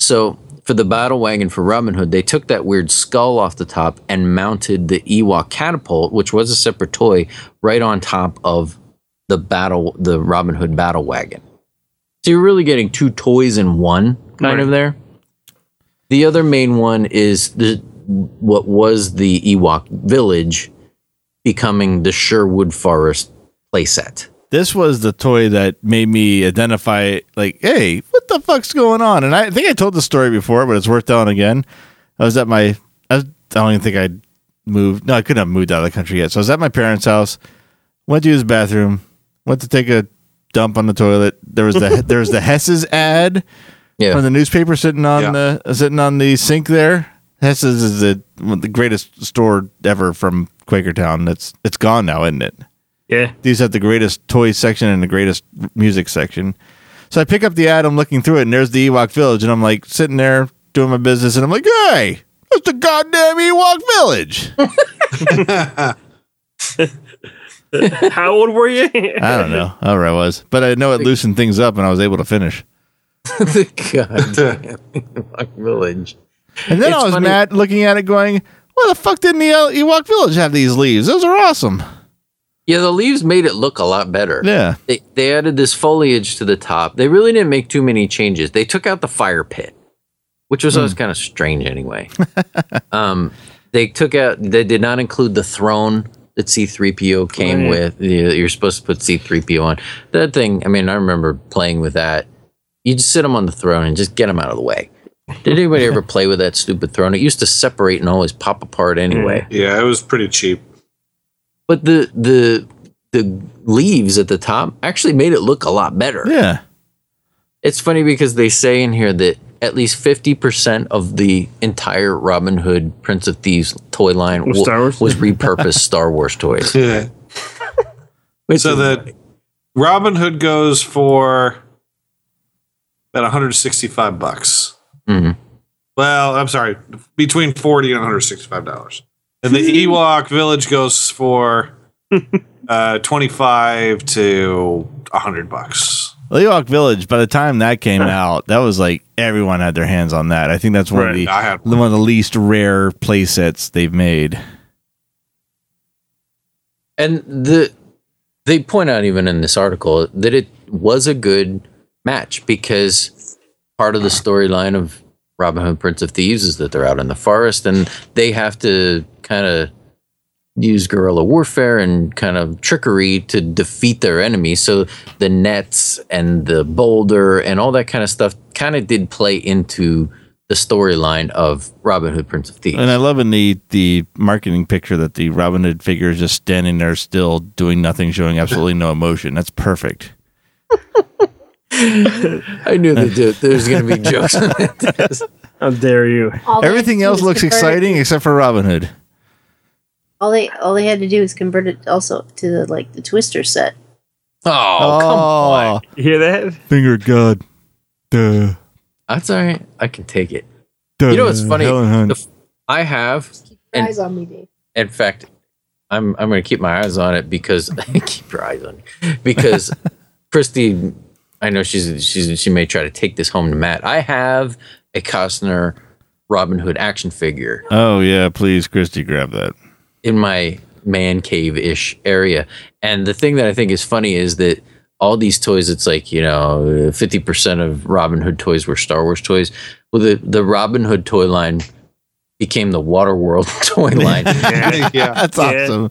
So for the battle wagon for Robin Hood, they took that weird skull off the top and mounted the Ewok catapult, which was a separate toy, right on top of the battle, the Robin Hood battle wagon. So you're really getting two toys in one, kind of there. The other main one is the what was the Ewok village becoming the Sherwood Forest playset. This was the toy that made me identify, like, hey, what the fuck's going on? And I think I told the story before, but it's worth telling again. I was at my, I, was, I don't even think I moved. No, I couldn't have moved out of the country yet. So I was at my parents' house, went to his bathroom, went to take a dump on the toilet. There was the there was the Hess's ad Yeah. from the newspaper sitting on Yeah. the uh, sitting on the sink there. Hess's is the one of the greatest store ever from Quakertown. That's it's gone now, isn't it? yeah. These have the greatest toy section and the greatest music section. So I pick up the ad, I'm looking through it, and there's the Ewok Village, and I'm like sitting there doing my business, and I'm like, hey, that's the goddamn Ewok Village. How old were you? Uh, I don't know, however I was, but I know it loosened things up, and I was able to finish. the goddamn Ewok village. And then It's I was funny- mad looking at it, going, why the fuck didn't the uh, Ewok Village have these leaves? Those are awesome. Yeah, the leaves made it look a lot better. Yeah. They, they added this foliage to the top. They really didn't make too many changes. They took out the fire pit, which was always kind of strange anyway. um, they took out, they did not include the throne that C3PO came Right. with. You- You're supposed to put C3PO on. That thing, I mean, I remember playing with that. You just sit him on the throne and just get him out of the way. Did anybody ever play with that stupid throne? It used to separate and always pop apart anyway. yeah, it was pretty cheap. But the the the leaves at the top actually made it look a lot better. Yeah. It's funny because they say in here that at least 50% of the entire Robin Hood Prince of Thieves toy line Was wa- Star Wars? was repurposed Star Wars toys. Yeah. Which so is- the Robin Hood goes for about 165 bucks. Mhm. Well, I'm sorry, between 40 and 165 dollars. And the Ewok Village goes for uh, 25 to 100 bucks. Well, Ewok Village, by the time that came out, that was like everyone had their hands on that. I think that's one of Right. the I had one of the least rare play sets they've made. and the they point out even in this article that it was a good match because part of the storyline of Robin Hood, Prince of Thieves, is that they're out in the forest and they have to kind of use guerrilla warfare and kind of trickery to defeat their enemies. So the nets and the boulder and all that kind of stuff kind of did play into the storyline of Robin Hood, Prince of Thieves. And I love in the the marketing picture that the Robin Hood figure is just standing there still doing nothing, showing absolutely no emotion. That's perfect. I knew that there- there's going to be jokes. on it. How dare you? All they Everything had to do else was looks convert it- exciting except for Robin Hood. All they all they had to do is convert it also to the like the Twister set. oh, come on. Oh. You hear that? finger God. Duh. That's all right. I can take it. Duh. You know what's funny? Helen Hunt. The f- I have, Keep your And- eyes on me, Dave. in fact, I'm I'm going to keep my eyes on it because keep your eyes on it because Christy, I know she's she's she may try to take this home to Matt. I have a Costner Robin Hood action figure. oh yeah, please, Christy, grab that. in my man cave ish area. And the thing that I think is funny is that all these toys, it's like, you know, 50% of Robin Hood toys were Star Wars toys. Well, the, the Robin Hood toy line became the Waterworld toy line yeah. That's Yeah. awesome.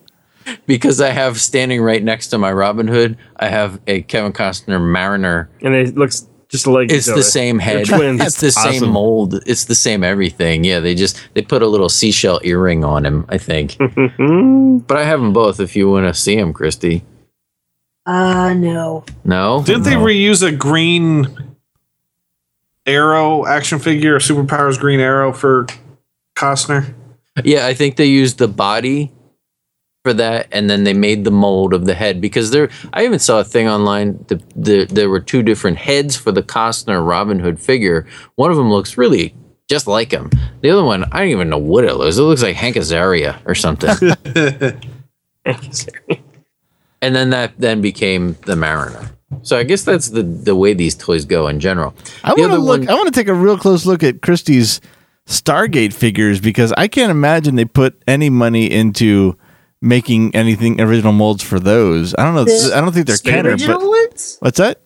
because I have standing right next to my Robin Hood, I have a Kevin Costner Mariner. And it looks just like It's the each other. same head. twins. It's the Awesome. same mold. It's the same everything. Yeah, they just they put a little seashell earring on him, I think. Mhm. but I have them both if you want to see them, Christy. Ah, no. No? Did they reuse a green arrow action figure, or superpowers green arrow for Costner? Yeah, I think they used the body for that, and then they made the mold of the head because there. I even saw a thing online. The, the there were two different heads for the Costner Robin Hood figure. One of them looks really just like him. The other one, I don't even know what it looks. It looks like Hank Azaria or something. and then that then became the Mariner. So I guess that's the the way these toys go in general. I the want to look. one- I want to take a real close look at Christie's Stargate figures because I can't imagine they put any money into making anything original molds for those. I don't know. The- I don't think they're The canon. original But ones? what's that?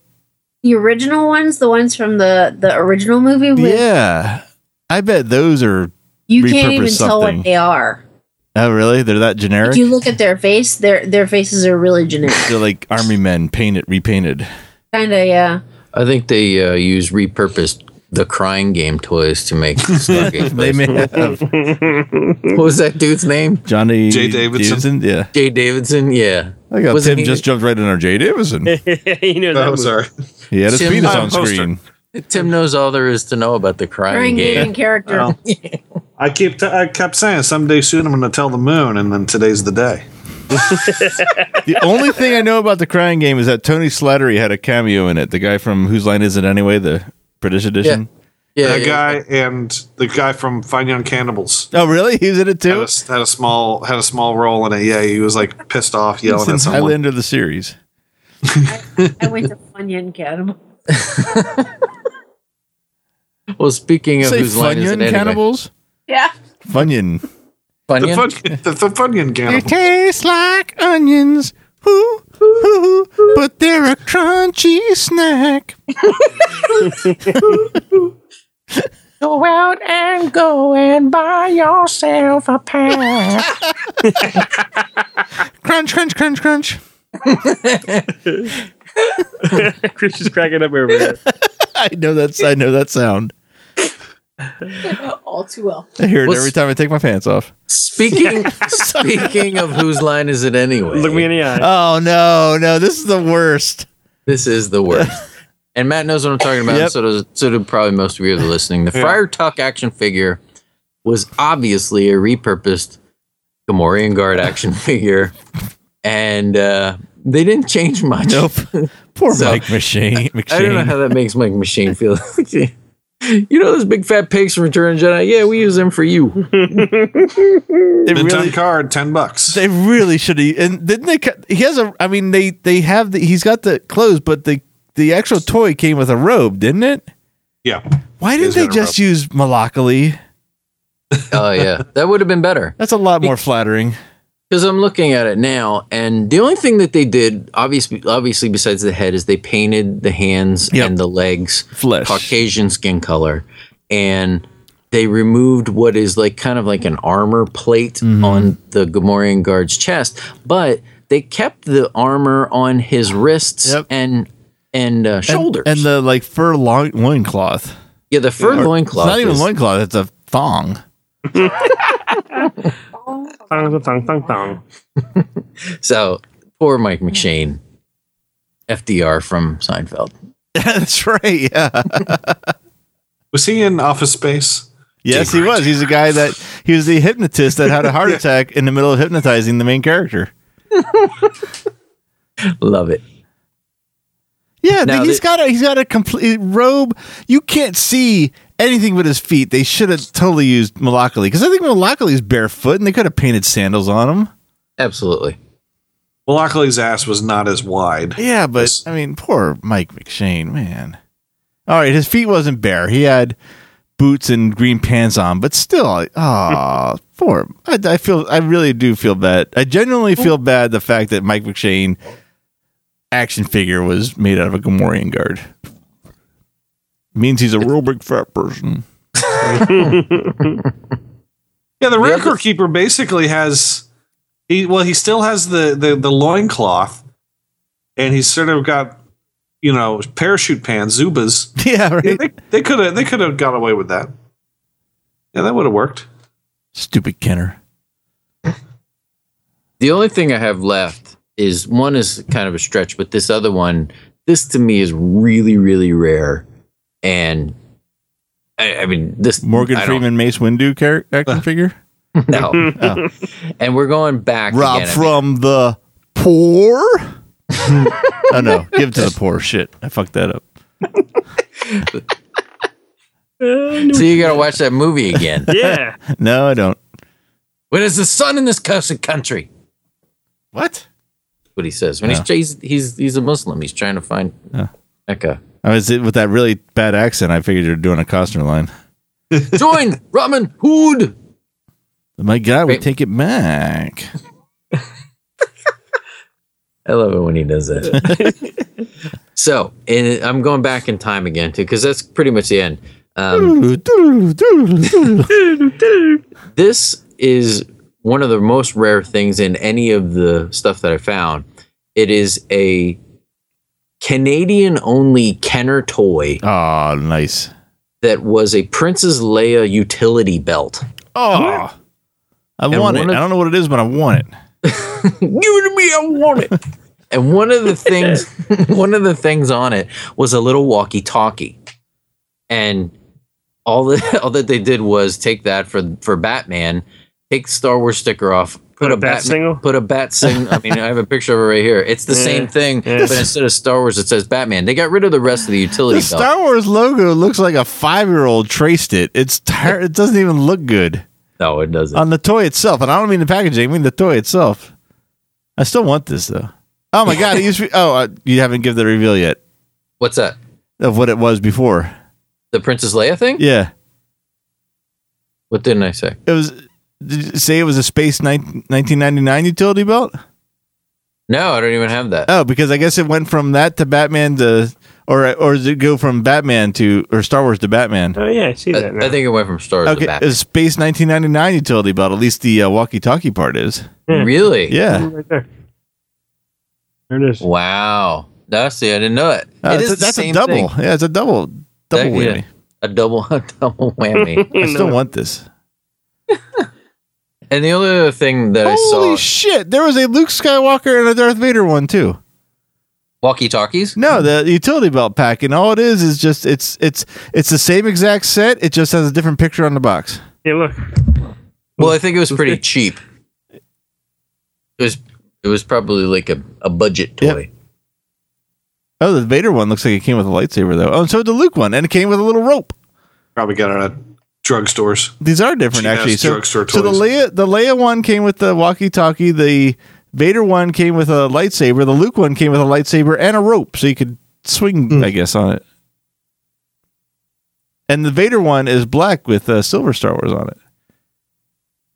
The original ones, the ones from the the original movie with Yeah, I bet those are. you can't even repurpose tell something. what they are. Oh, really? They're that generic. If you look at their face, their their faces are really generic. They're like army men painted, repainted. kind of, yeah. I think they uh, use repurposed the crying game toys to make. Stargate They toys. may have what was that dude's name? Johnny Jay Davidson. Davidson? Yeah, Jay Davidson, yeah. I got Wasn't Tim he- just jumped right in our Jay Davidson. you know that Oh, was sorry. He had his Tim- penis I'm on poster. screen. Tim knows all there is to know about the crying Crying game. game character. Oh. I keep t- I kept saying someday soon I'm going to tell the moon, and then today's the day. The only thing I know about the crying game is that Tony Slattery had a cameo in it. The guy from Whose Line Is It Anyway? The British edition. Yeah, The yeah. guy and the guy from Fine Young Cannibals Oh, really? He was in it had a, too. had a small had a small role in it. Yeah, he was like pissed off, He was yelling in at someone. Highlander the series. I went to Funyun Academy. Well, speaking of Say whose line is it Funyun anyway? cannibals. Yeah. Funyon. The Funyun? Funyun, the, the Funyun They Cannibals. taste like onions. Hoo, hoo, hoo, but they're a crunchy snack. Go out and go and buy yourself a pair. Crunch, crunch, crunch, crunch. Chris is cracking up over there. I know that's. I know that sound. All too well. I hear it What's- every time I take my pants off. Speaking speaking of whose line is it anyway? Look me in the eye. Oh no, no, this is the worst. This is the worst. and Matt knows what I'm talking about. Yep. and So does so do probably most of you that are listening. The Friar Tuck action figure was obviously a repurposed Gamorrean guard action figure, and uh, they didn't change much. Nope. Poor So- Mike Machine. I don't know McShane. how that makes Mike Machine feel. you know those big fat pigs from Return of the Jedi? Yeah, we use them for you. They Midtown really, card, ten bucks. they really should have. And didn't they? cut- He has a. I mean, they they have the. He's got the clothes, but the the actual toy came with a robe, didn't it? yeah, Why He's didn't they got a just use Malakali? Oh yeah, that would have been better. That's a lot more flattering. Because I'm looking at it now, and the only thing that they did, obviously, obviously besides the head, is they painted the hands Yep. and the legs Flesh. Caucasian skin color, and they removed what is like kind of like an armor plate Mm-hmm. on the Gamorrean guard's chest, but they kept the armor on his wrists Yep. and and uh, shoulders. and the like fur long, loincloth. yeah, the fur loincloth. It's not even is- loincloth. It's a thong. Thong, thong, thong, thong. So poor Mike McShane, FDR from Seinfeld. That's right. Yeah. Was he in Office Space? Yes, he was. He's a guy that he was the hypnotist that had a heart attack in the middle of hypnotizing the main character. Love it. Yeah, Now he's the- got a he's got a complete robe. You can't see anything but his feet. They should have totally used Malakali because I think Malakali is barefoot, and they could have painted sandals on him. Absolutely. Well, Lockley's ass was not as wide. Yeah, but I mean, poor Mike McShane, man. All right, his feet wasn't bare. He had boots and green pants on, but still, ah, poor. I, I feel, I really do feel bad. I genuinely feel bad the fact that Mike McShane action figure was made out of a Gamorrean guard. means he's a real big fat person. Yeah, the record keeper basically has he well, he still has the the the loincloth and he's sort of got you know, parachute pants, Zubas. Yeah, right. Yeah, they they could have they could have got away with that. Yeah, that would have worked. Stupid Kenner. The only thing I have left is one is kind of a stretch, but this other one, this to me is really, really rare. And I, I mean, this Morgan I don't Freeman, Mace Windu char- action figure. know. And we're going back. Oh. Rob again. from the poor. oh no, give it to the poor. Shit, I fucked that up. So you got to watch that movie again. Yeah. No, I don't. when is the sun in this cursed country? What? What he says when he's he's he's he's a Muslim. He's trying to find Mecca. I was with that really bad accent. I figured you were doing a Costner line. Join Ramen Hood. My God, we Wait. take it back. I love it when he does that. so, and I'm going back in time again too, because that's pretty much the end. Um, this is one of the most rare things in any of the stuff that I found. It is a Canadian only Kenner toy oh, nice. that was a Princess Leia utility belt. Oh, I want it. one of- I don't know what it is, but I want it. Give it to me, I want it. and one of the things, one of the things on it was a little walkie-talkie, and all that all that they did was take that for for Batman, take the Star Wars sticker off. Put a a, bat bat single? Put a bat sing. I mean, I have a picture of it right here. It's the same thing, but instead of Star Wars, it says Batman. They got rid of the rest of the utility The belt. Star Wars logo looks like a five-year-old traced it. It's tar- it doesn't even look good no, it doesn't. on the toy itself, and I don't mean the packaging. I mean the toy itself. I still want this though. Oh my God! It used to be- oh, uh, you haven't given the reveal yet. What's that? of what it was before. The Princess Leia thing? Yeah, What didn't I say? it was. Did you say it was a space nine- 1999 utility belt? No, I don't even have that. Oh, because I guess it went from that to Batman to, or or does it go from Batman to or Star Wars to Batman? Oh, yeah, I see that now. I, I think it went from Star Wars Okay, to Batman. it's space 1999 utility belt. At least the uh, walkie-talkie part is. Hmm. Really? Yeah, right there. There it is. Wow. That's see, I didn't know it. Uh, it it's is a- the that's a same double. thing. Yeah, it's a double double That- yeah, whammy. a double a double whammy. I still want this. and the only other thing that Holy I saw shit! There was a Luke Skywalker and a Darth Vader one too. walkie talkies. No, the utility belt pack, and all it is is just it's it's it's the same exact set. It just has a different picture on the box. Yeah, look. Well, I think it was pretty cheap. It was it was probably like a, a budget Yep. toy. Oh, the Vader one looks like it came with a lightsaber though. Oh, and so did the Luke one, and it came with a little rope. Probably got it at drugstores. These are different Cheap-ass actually. So, drugstore so the toys. Leia the Leia one came with the walkie-talkie. The Vader one came with a lightsaber. The Luke one came with a lightsaber and a rope, so you could swing, I guess, on it. And the Vader one is black with uh, silver Star Wars on it.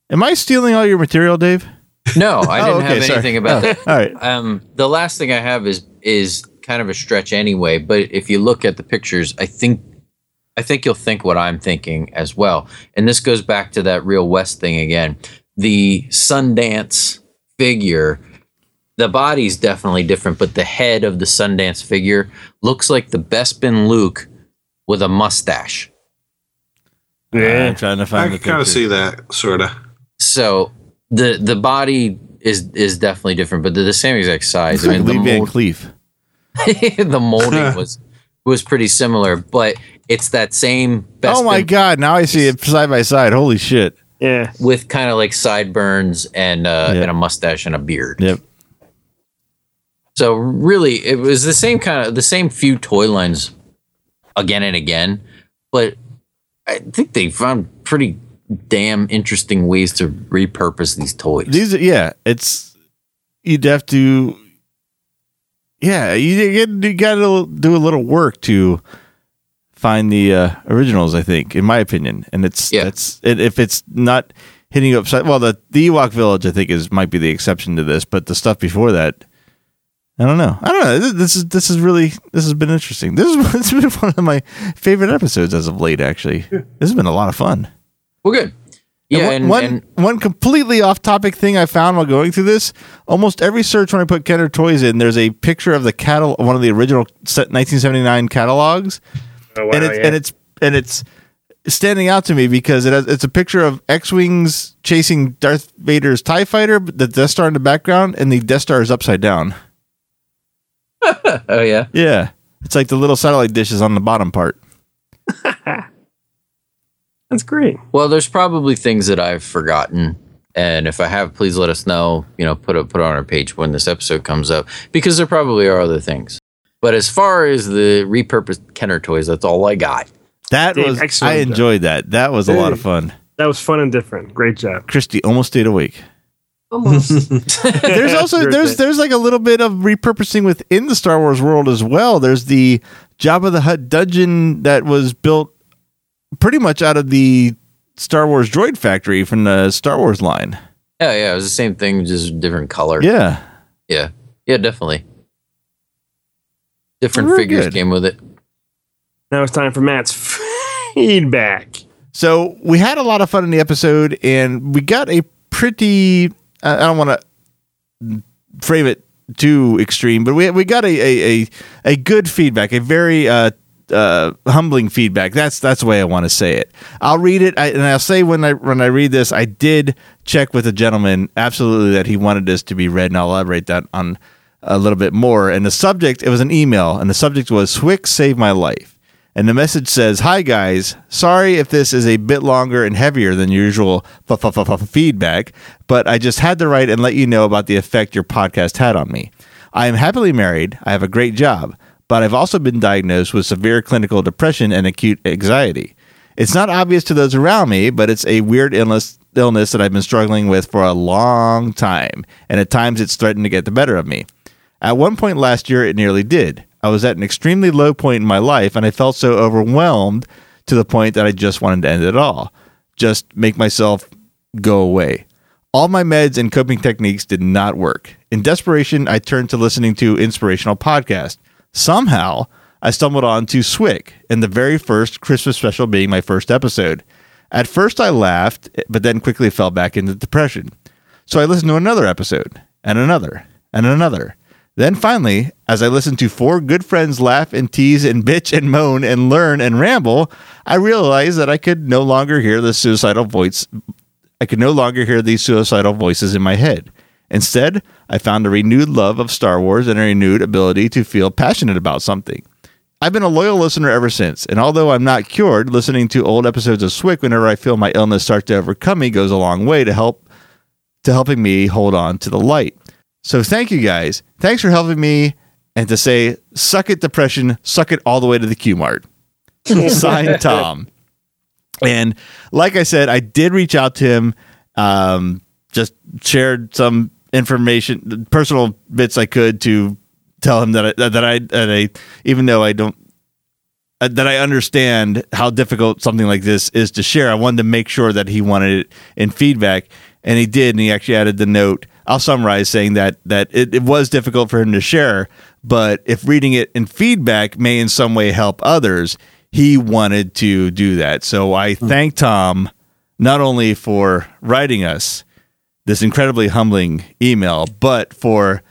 Am I stealing all your material, Dave? No, I Oh, didn't okay, have sorry. anything about Oh, that. All right. Um, the last thing I have is is kind of a stretch anyway. But if you look at the pictures, I think I think you'll think what I'm thinking as well. And this goes back to that real West thing again. The Sundance figure, the body's definitely different, but the head of the Sundance figure looks like the Bespin Luke with a mustache. Yeah, I'm trying to I find the can kind of picture. see that, sort of. So the the body is is definitely different, but they're the same exact It's size. I like mean, the Lee Van mold- Cleef. the molding was was pretty similar, but it's that same best oh my god! Now I see it side by side. Holy shit! Yeah. with kind of like sideburns and uh, Yeah. and a mustache and a beard. Yep. So really, it was the same kind of the same few toy lines again and again, but I think they found pretty damn interesting ways to repurpose these toys. These, are- yeah, it's you'd have to, yeah, you, you got to do a little work to find the uh, originals. I think, in my opinion, and it's Yeah. that's it, if it's not hitting you upside. Well, the the Ewok Village, I think, is might be the exception to this, but the stuff before that. I don't know. I don't know. This- This is this is really this has been interesting. This, is, this has been one of my favorite episodes as of late. Actually, this has been a lot of fun. We're good. And Yeah, one- and, one, and one completely off topic thing I found while going through this. Almost every search when I put Kenner toys in, there's a picture of the catalog, one of the original set- 1979 catalogs, Oh, wow, and it's yeah. and it's and it's standing out to me because it has it's a picture of X-wings chasing Darth Vader's Tie Fighter, but the Death Star in the background, and the Death Star is upside down. oh yeah, Yeah, it's like the little satellite dishes on the bottom part. That's great. Well, there's probably things that I've forgotten, and if I have, please let us know. You know, put it put it on our page when this episode comes up because there probably are other things. But as far as the repurposed Kenner toys, that's all I got. That Dave, was excellent I job. enjoyed that. That was a lot of fun. That was fun and different. Great job. Christy almost stayed awake. Almost. there's also Sure there's thing. there's like a little bit of repurposing within the Star Wars world as well. There's the Jabba the Hutt dungeon that was built pretty much out of the Star Wars droid factory from the Star Wars line. Yeah, yeah, it was the same thing, just different color. Yeah. yeah, Yeah, definitely. Different Very figures good. came with it. Now it's time for Matt's feedback. So we had a lot of fun in the episode, and we got a pretty. I I don't want to frame it too extreme, but we we got a a a, a good feedback, a very uh, uh, humbling feedback. That's that's the way I want to say it. I'll read it, I, and I'll say when I when I read this, I did check with the gentleman absolutely that he wanted this to be read, and I'll elaborate that on a little bit more. And the subject it was an email, and the subject was Swick saved my life. And the message says, Hi guys, sorry if this is a bit longer and heavier than usual f- f- f- f- feedback, but I just had to write and let you know about the effect your podcast had on me. I am happily married, I have a great job, but I've also been diagnosed with severe clinical depression and acute anxiety. It's not obvious to those around me, but it's a weird illness illness that I've been struggling with for a long time, and at times it's threatened to get the better of me. At one point last year, it nearly did. I was at an extremely low point in my life, and I felt so overwhelmed to the point that I just wanted to end it all. Just make myself go away. All my meds and coping techniques did not work. In desperation, I turned to listening to inspirational podcasts. Somehow, I stumbled onto Swick, and the very first Christmas special being my first episode. At first, I laughed, but then quickly fell back into depression. So I listened to another episode, and another, and another. Then finally, as I listened to four good friends laugh and tease and bitch and moan and learn and ramble, I realized that I could no longer hear the suicidal voice. I could no longer hear these suicidal voices in my head. Instead, I found a renewed love of Star Wars and a renewed ability to feel passionate about something. I've been a loyal listener ever since, and although I'm not cured, listening to old episodes of Swick whenever I feel my illness start to overcome me goes a long way to help to helping me hold on to the light. So thank you guys. Thanks for helping me and to say, suck it, depression, suck it all the way to the Q Mart. Signed, Tom. And like I said, I did reach out to him, um, just shared some information, personal bits I could to tell him that I, that I, that I, even though I don't uh, that I understand how difficult something like this is to share. I wanted to make sure that he wanted it in feedback, and he did. And he actually added the note. I'll summarize saying that that it, it was difficult for him to share, but if reading it in feedback may in some way help others, he wanted to do that. So I thank Tom not only for writing us this incredibly humbling email, but for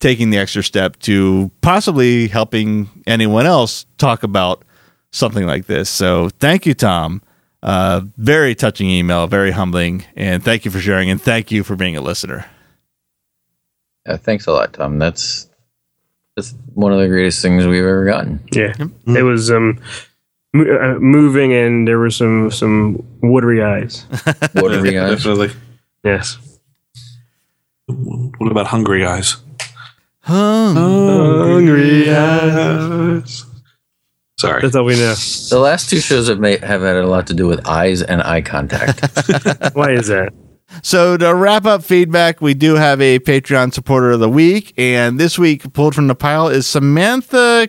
taking the extra step to possibly helping anyone else talk about something like this. So thank you, Tom. Uh, very touching email, very humbling, and thank you for sharing, and thank you for being a listener. Yeah, thanks a lot, Tom. That's that's one of the greatest things we've ever gotten. Yeah, it was um, mo- uh, moving, and there were some some watery eyes. Watery eyes. Definitely. Yes. What about hungry eyes? Hungry eyes. Sorry. That's all we know. The last two shows have made, have had a lot to do with eyes and eye contact. Why is that? So to wrap up feedback, we do have a Patreon supporter of the week, and this week pulled from the pile is Samantha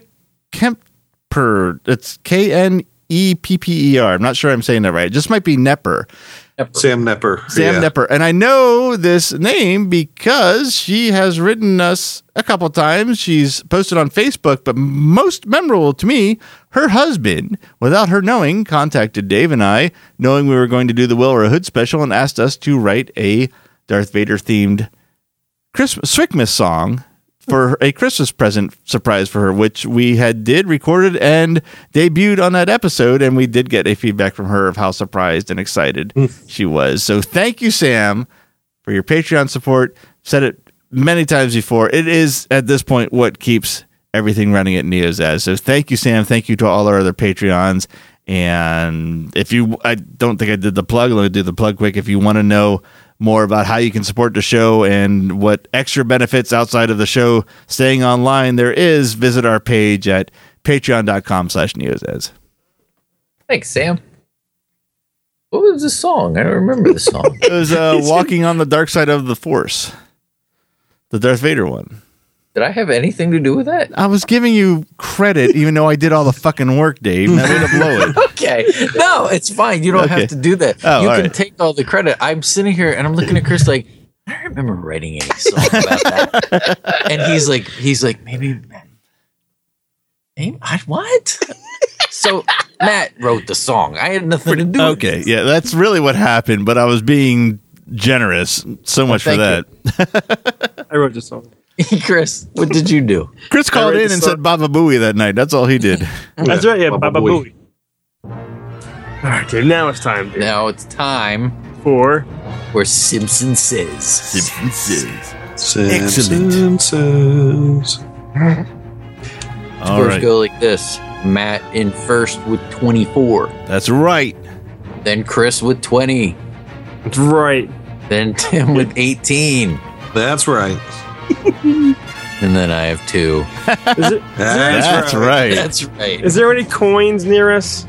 Kemper. It's K N E P P E R. I'm not sure I'm saying that right. It just might be Nepper. Sam Nepper. Sam Nepper. And I know this name because she has written us a couple times. She's posted on Facebook, but most memorable to me, her husband, without her knowing, contacted Dave and I, knowing we were going to do the Will or a Hood special, and asked us to write a Darth Vader themed Christmas Swickmas song for a Christmas present surprise for her, which we had did recorded and debuted on that episode, and we did get a feedback from her of how surprised and excited she was. So thank you, Sam, for your Patreon support. Said it many times before. It is at this point what keeps everything running at Neo's as. So thank you, Sam. Thank you to all our other Patreons. And if you, I don't think I did the plug. Let me do the plug quick. If you want to know more about how you can support the show and what extra benefits outside of the show staying online there is, visit our page at patreon.com slash neozaz. Thanks, Sam. What was the song? I don't remember the song. It was uh, Walking on the Dark Side of the Force, the Darth Vader one. Did I have anything to do with that? I was giving you credit even though I did all the fucking work, Dave. Now way to blow it. Okay. No, it's fine. You don't Okay. have to do that. Oh, you all can right. take all the credit. I'm sitting here and I'm looking at Chris like, I don't remember writing any song about that. and he's like, he's like, maybe Matt. Maybe, I, what? so Matt wrote the song. I had nothing to do with it. Okay, yeah, that's really what happened, but I was being generous. So much for thank that. I wrote this song. Chris, what did you do? Chris called wrote in the and song. said Baba Booey that night. That's all he did. That's right. Yeah, Baba Baba Booey. Booey. All right, dude. Now it's time dude, Now it's time for where Simpson says. Excellent. Simpsons. all first right. go like this. Matt in first with 24. That's right. Then Chris with 20. that's right. Then Tim with 18. That's right. And then I have two. Is, it, That's, That's right. right. That's right. is there any coins near us?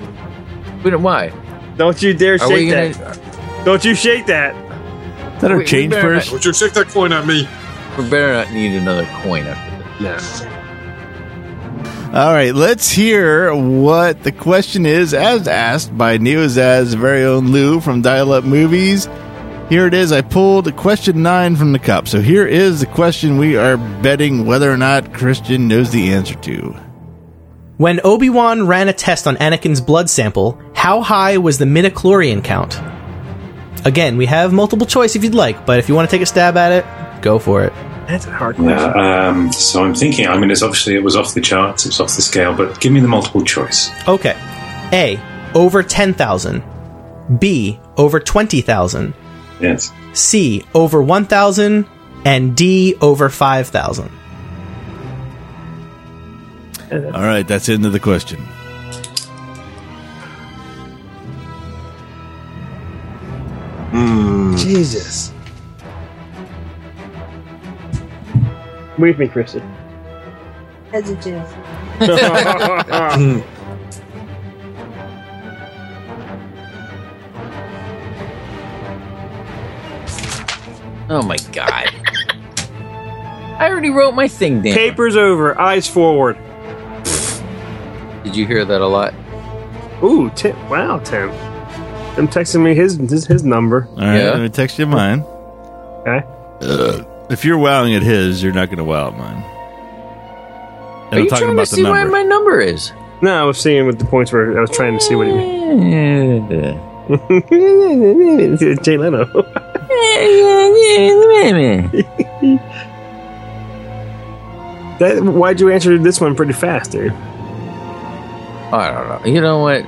Wait, why? Don't you dare Are we gonna? shake that! Don't you shake that! that we- our we change better purse? Would you shake that coin at me? We better not need another coin after this. All right, let's hear what the question is as asked by Neozaz's very own Lou from Dial Up Movies. Here it is. I pulled question nine from the cup. So here is the question we are betting whether or not Christian knows the answer to. When Obi-Wan ran a test on Anakin's blood sample, how high was the midichlorian count? Again, we have multiple choice if you'd like, but if you want to take a stab at it, go for it. That's a hard No, question. um, so I'm thinking. I mean, it's obviously it was off the charts, it's off the scale, but give me the multiple choice. Okay. A. Over 10,000. B. Over 20,000. Yes, C. Over 1,000. And D. Over 5,000. All right, that's the end of the question. Jesus. Wait for me, Kristen. Hesitant. Oh my god. I already wrote my thing, Dan. Papers over, eyes forward. Did you hear that a lot? Ooh, Tim! Wow, Tim. Tim texting me his his, his number. All right, Yeah. let me text you mine. Okay. If you're wowing at his, you're not going to wow at mine. And Are you trying to see where my number is? No, I was seeing with the points where I was trying to see what he Jay Leno. that, why'd you answer this one pretty fast, dude? I don't know. You know what?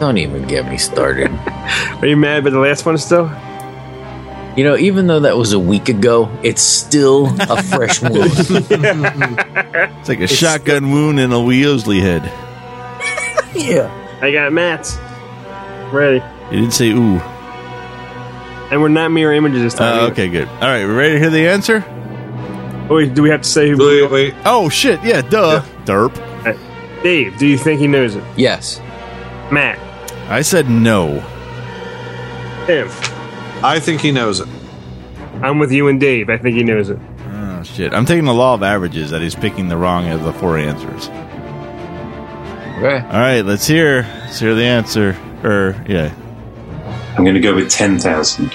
don't even get me started. Are you mad about the last one still? You know, even though that was a week ago, it's still a fresh wound. It's like a shotgun wound in a Weasley head. yeah. I got Matt's. Ready. You didn't say ooh. And we're not mirror images Oh, this time. Uh, okay, good. All right, we ready to hear the answer? Wait, do we have to say who? Wait, wait. Oh shit! Yeah, duh. Derp. Dave, do you think he knows it? Yes. Matt. I said no. Him. I think he knows it. I'm with you and Dave. I think he knows it. Oh shit! I'm taking the law of averages that he's picking the wrong of the four answers. Okay. All right, let's hear. Let's hear the answer. Or yeah, I'm going to go with 10,000.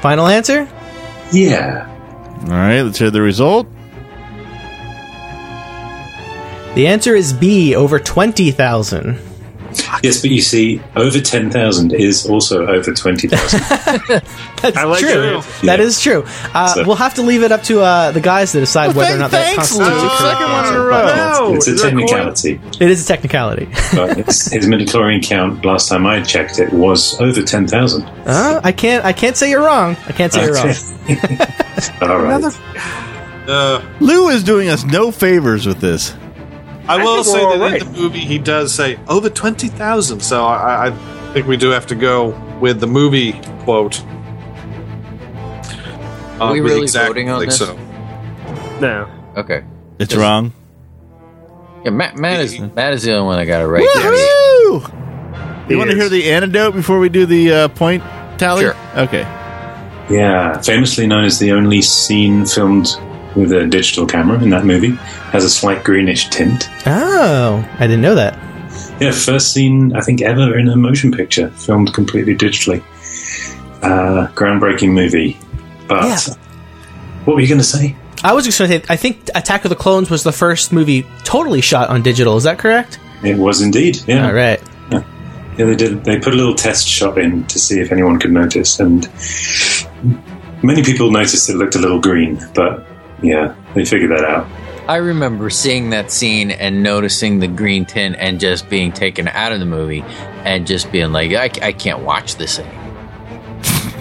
Final answer? Yeah. All right, let's hear the result. The answer is B, over 20,000. Yes, but you see, over 10,000 is also over 20,000. That's I like true. it. That is true. Uh, So- We'll have to leave it up to uh, the guys to decide whether or not that thanks, constitutes Lou. a correct Second one in a answer, row. but No, it's a Oh, is there coin? technicality. It is a technicality. But it's, his midichlorian count, last time I checked, it was over 10,000. Uh, I can't. I can't say you're wrong. I can't say you're wrong. All right. Uh, Lou is doing us no favors with this. I will think we're say all that right. in the movie he does say over twenty thousand. So I, I think we do have to go with the movie quote. Uh, we with really exact- voting on like this? So. No. Okay. It's wrong. Yeah, Matt, Matt is Matt is the only one I got it right. Woo! You He want to is. hear the antidote before we do the uh, point tally? Sure. Okay. Yeah, famously known as the only scene filmed with a digital camera in that movie, has a slight greenish tint. Oh, I didn't know that. Yeah, first scene I think ever in a motion picture filmed completely digitally. Uh, groundbreaking movie. But Yeah. what were you going to say? I was just going to say. I think Attack of the Clones was the first movie totally shot on digital. Is that correct? It was indeed. Yeah, All right. yeah. They did. They put a little test shot in to see if anyone could notice, and many people noticed it looked a little green. But yeah, they figured that out. I remember seeing that scene and noticing the green tint and just being taken out of the movie and just being like, I, I can't watch this anymore.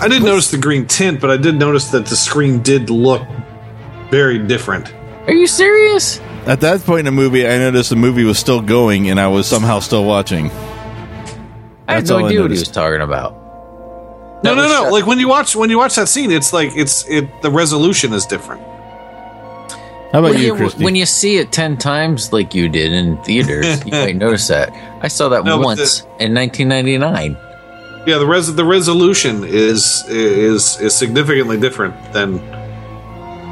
I didn't notice the green tint, but I did notice that the screen did look very different. Are you serious? At that point in the movie, I noticed the movie was still going, and I was somehow still watching. I had That's no all I idea what he noticed. was talking about. No, That no, was no. shot- Like when you watch when you watch that scene, it's like it's it. The resolution is different. How about when you, you, Christy? when you see it 10 times like you did in theaters, you might notice that. I saw that No, but once in 1999. Yeah, the res the resolution is is is significantly different than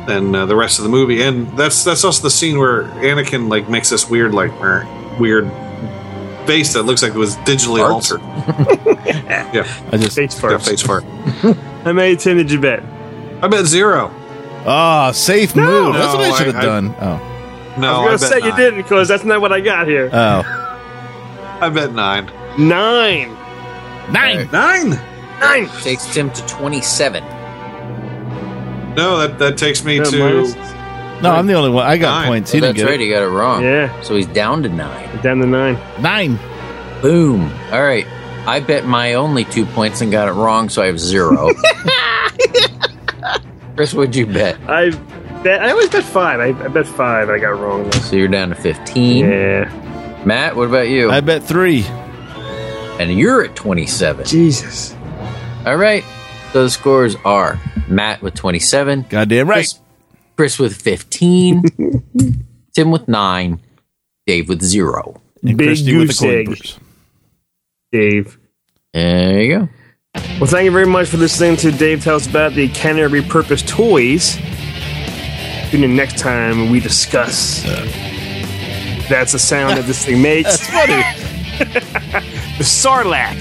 than uh, the rest of the movie, and that's that's also the scene where Anakin like makes this weird like mer- weird face that looks like it was digitally Farts? altered. yeah, I just Face yeah, first. face fart. How many ten did you bet? I bet zero. ah safe move. That's what No, I should have I- I- done. Oh, No, I was bet gonna say you nine. didn't because that's not what I got here. oh, I bet nine. Nine. nine. Nine? Nine. Takes Tim to 27. No, that that takes me Yeah, to minus- No, I'm the only one. I got Nine. points. Oh, He didn't that's get right, he got it wrong. Yeah, So he's down to 9. down to nine. it. nine. Boom. All right. I bet my only two points and got it wrong, so I have zero. Chris, what'd you bet? I bet. I always bet five. I, I bet five. I got wrong. So you're down to 15. Yeah. Matt, what about you? I bet three. and you're at 27. Jesus. All right. So the scores are Matt with 27, Goddamn right. Chris, Chris with 15, Tim with 9, Dave with 0. And Big Christy with the goose coin egg. purse. Dave. There you go. Well, thank you very much for listening to Dave Tell Us About the Kenner Repurposed Toys. Tune in next time when we discuss. uh, That's the sound that this thing makes. That's funny. the Sarlacc.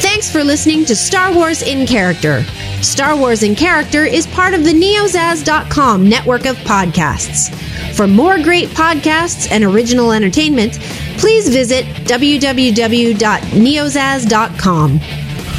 Thanks for listening to Star Wars in Character. Star Wars in Character is part of the neozaz.com network of podcasts. For more great podcasts and original entertainment, please visit www.neozaz.com.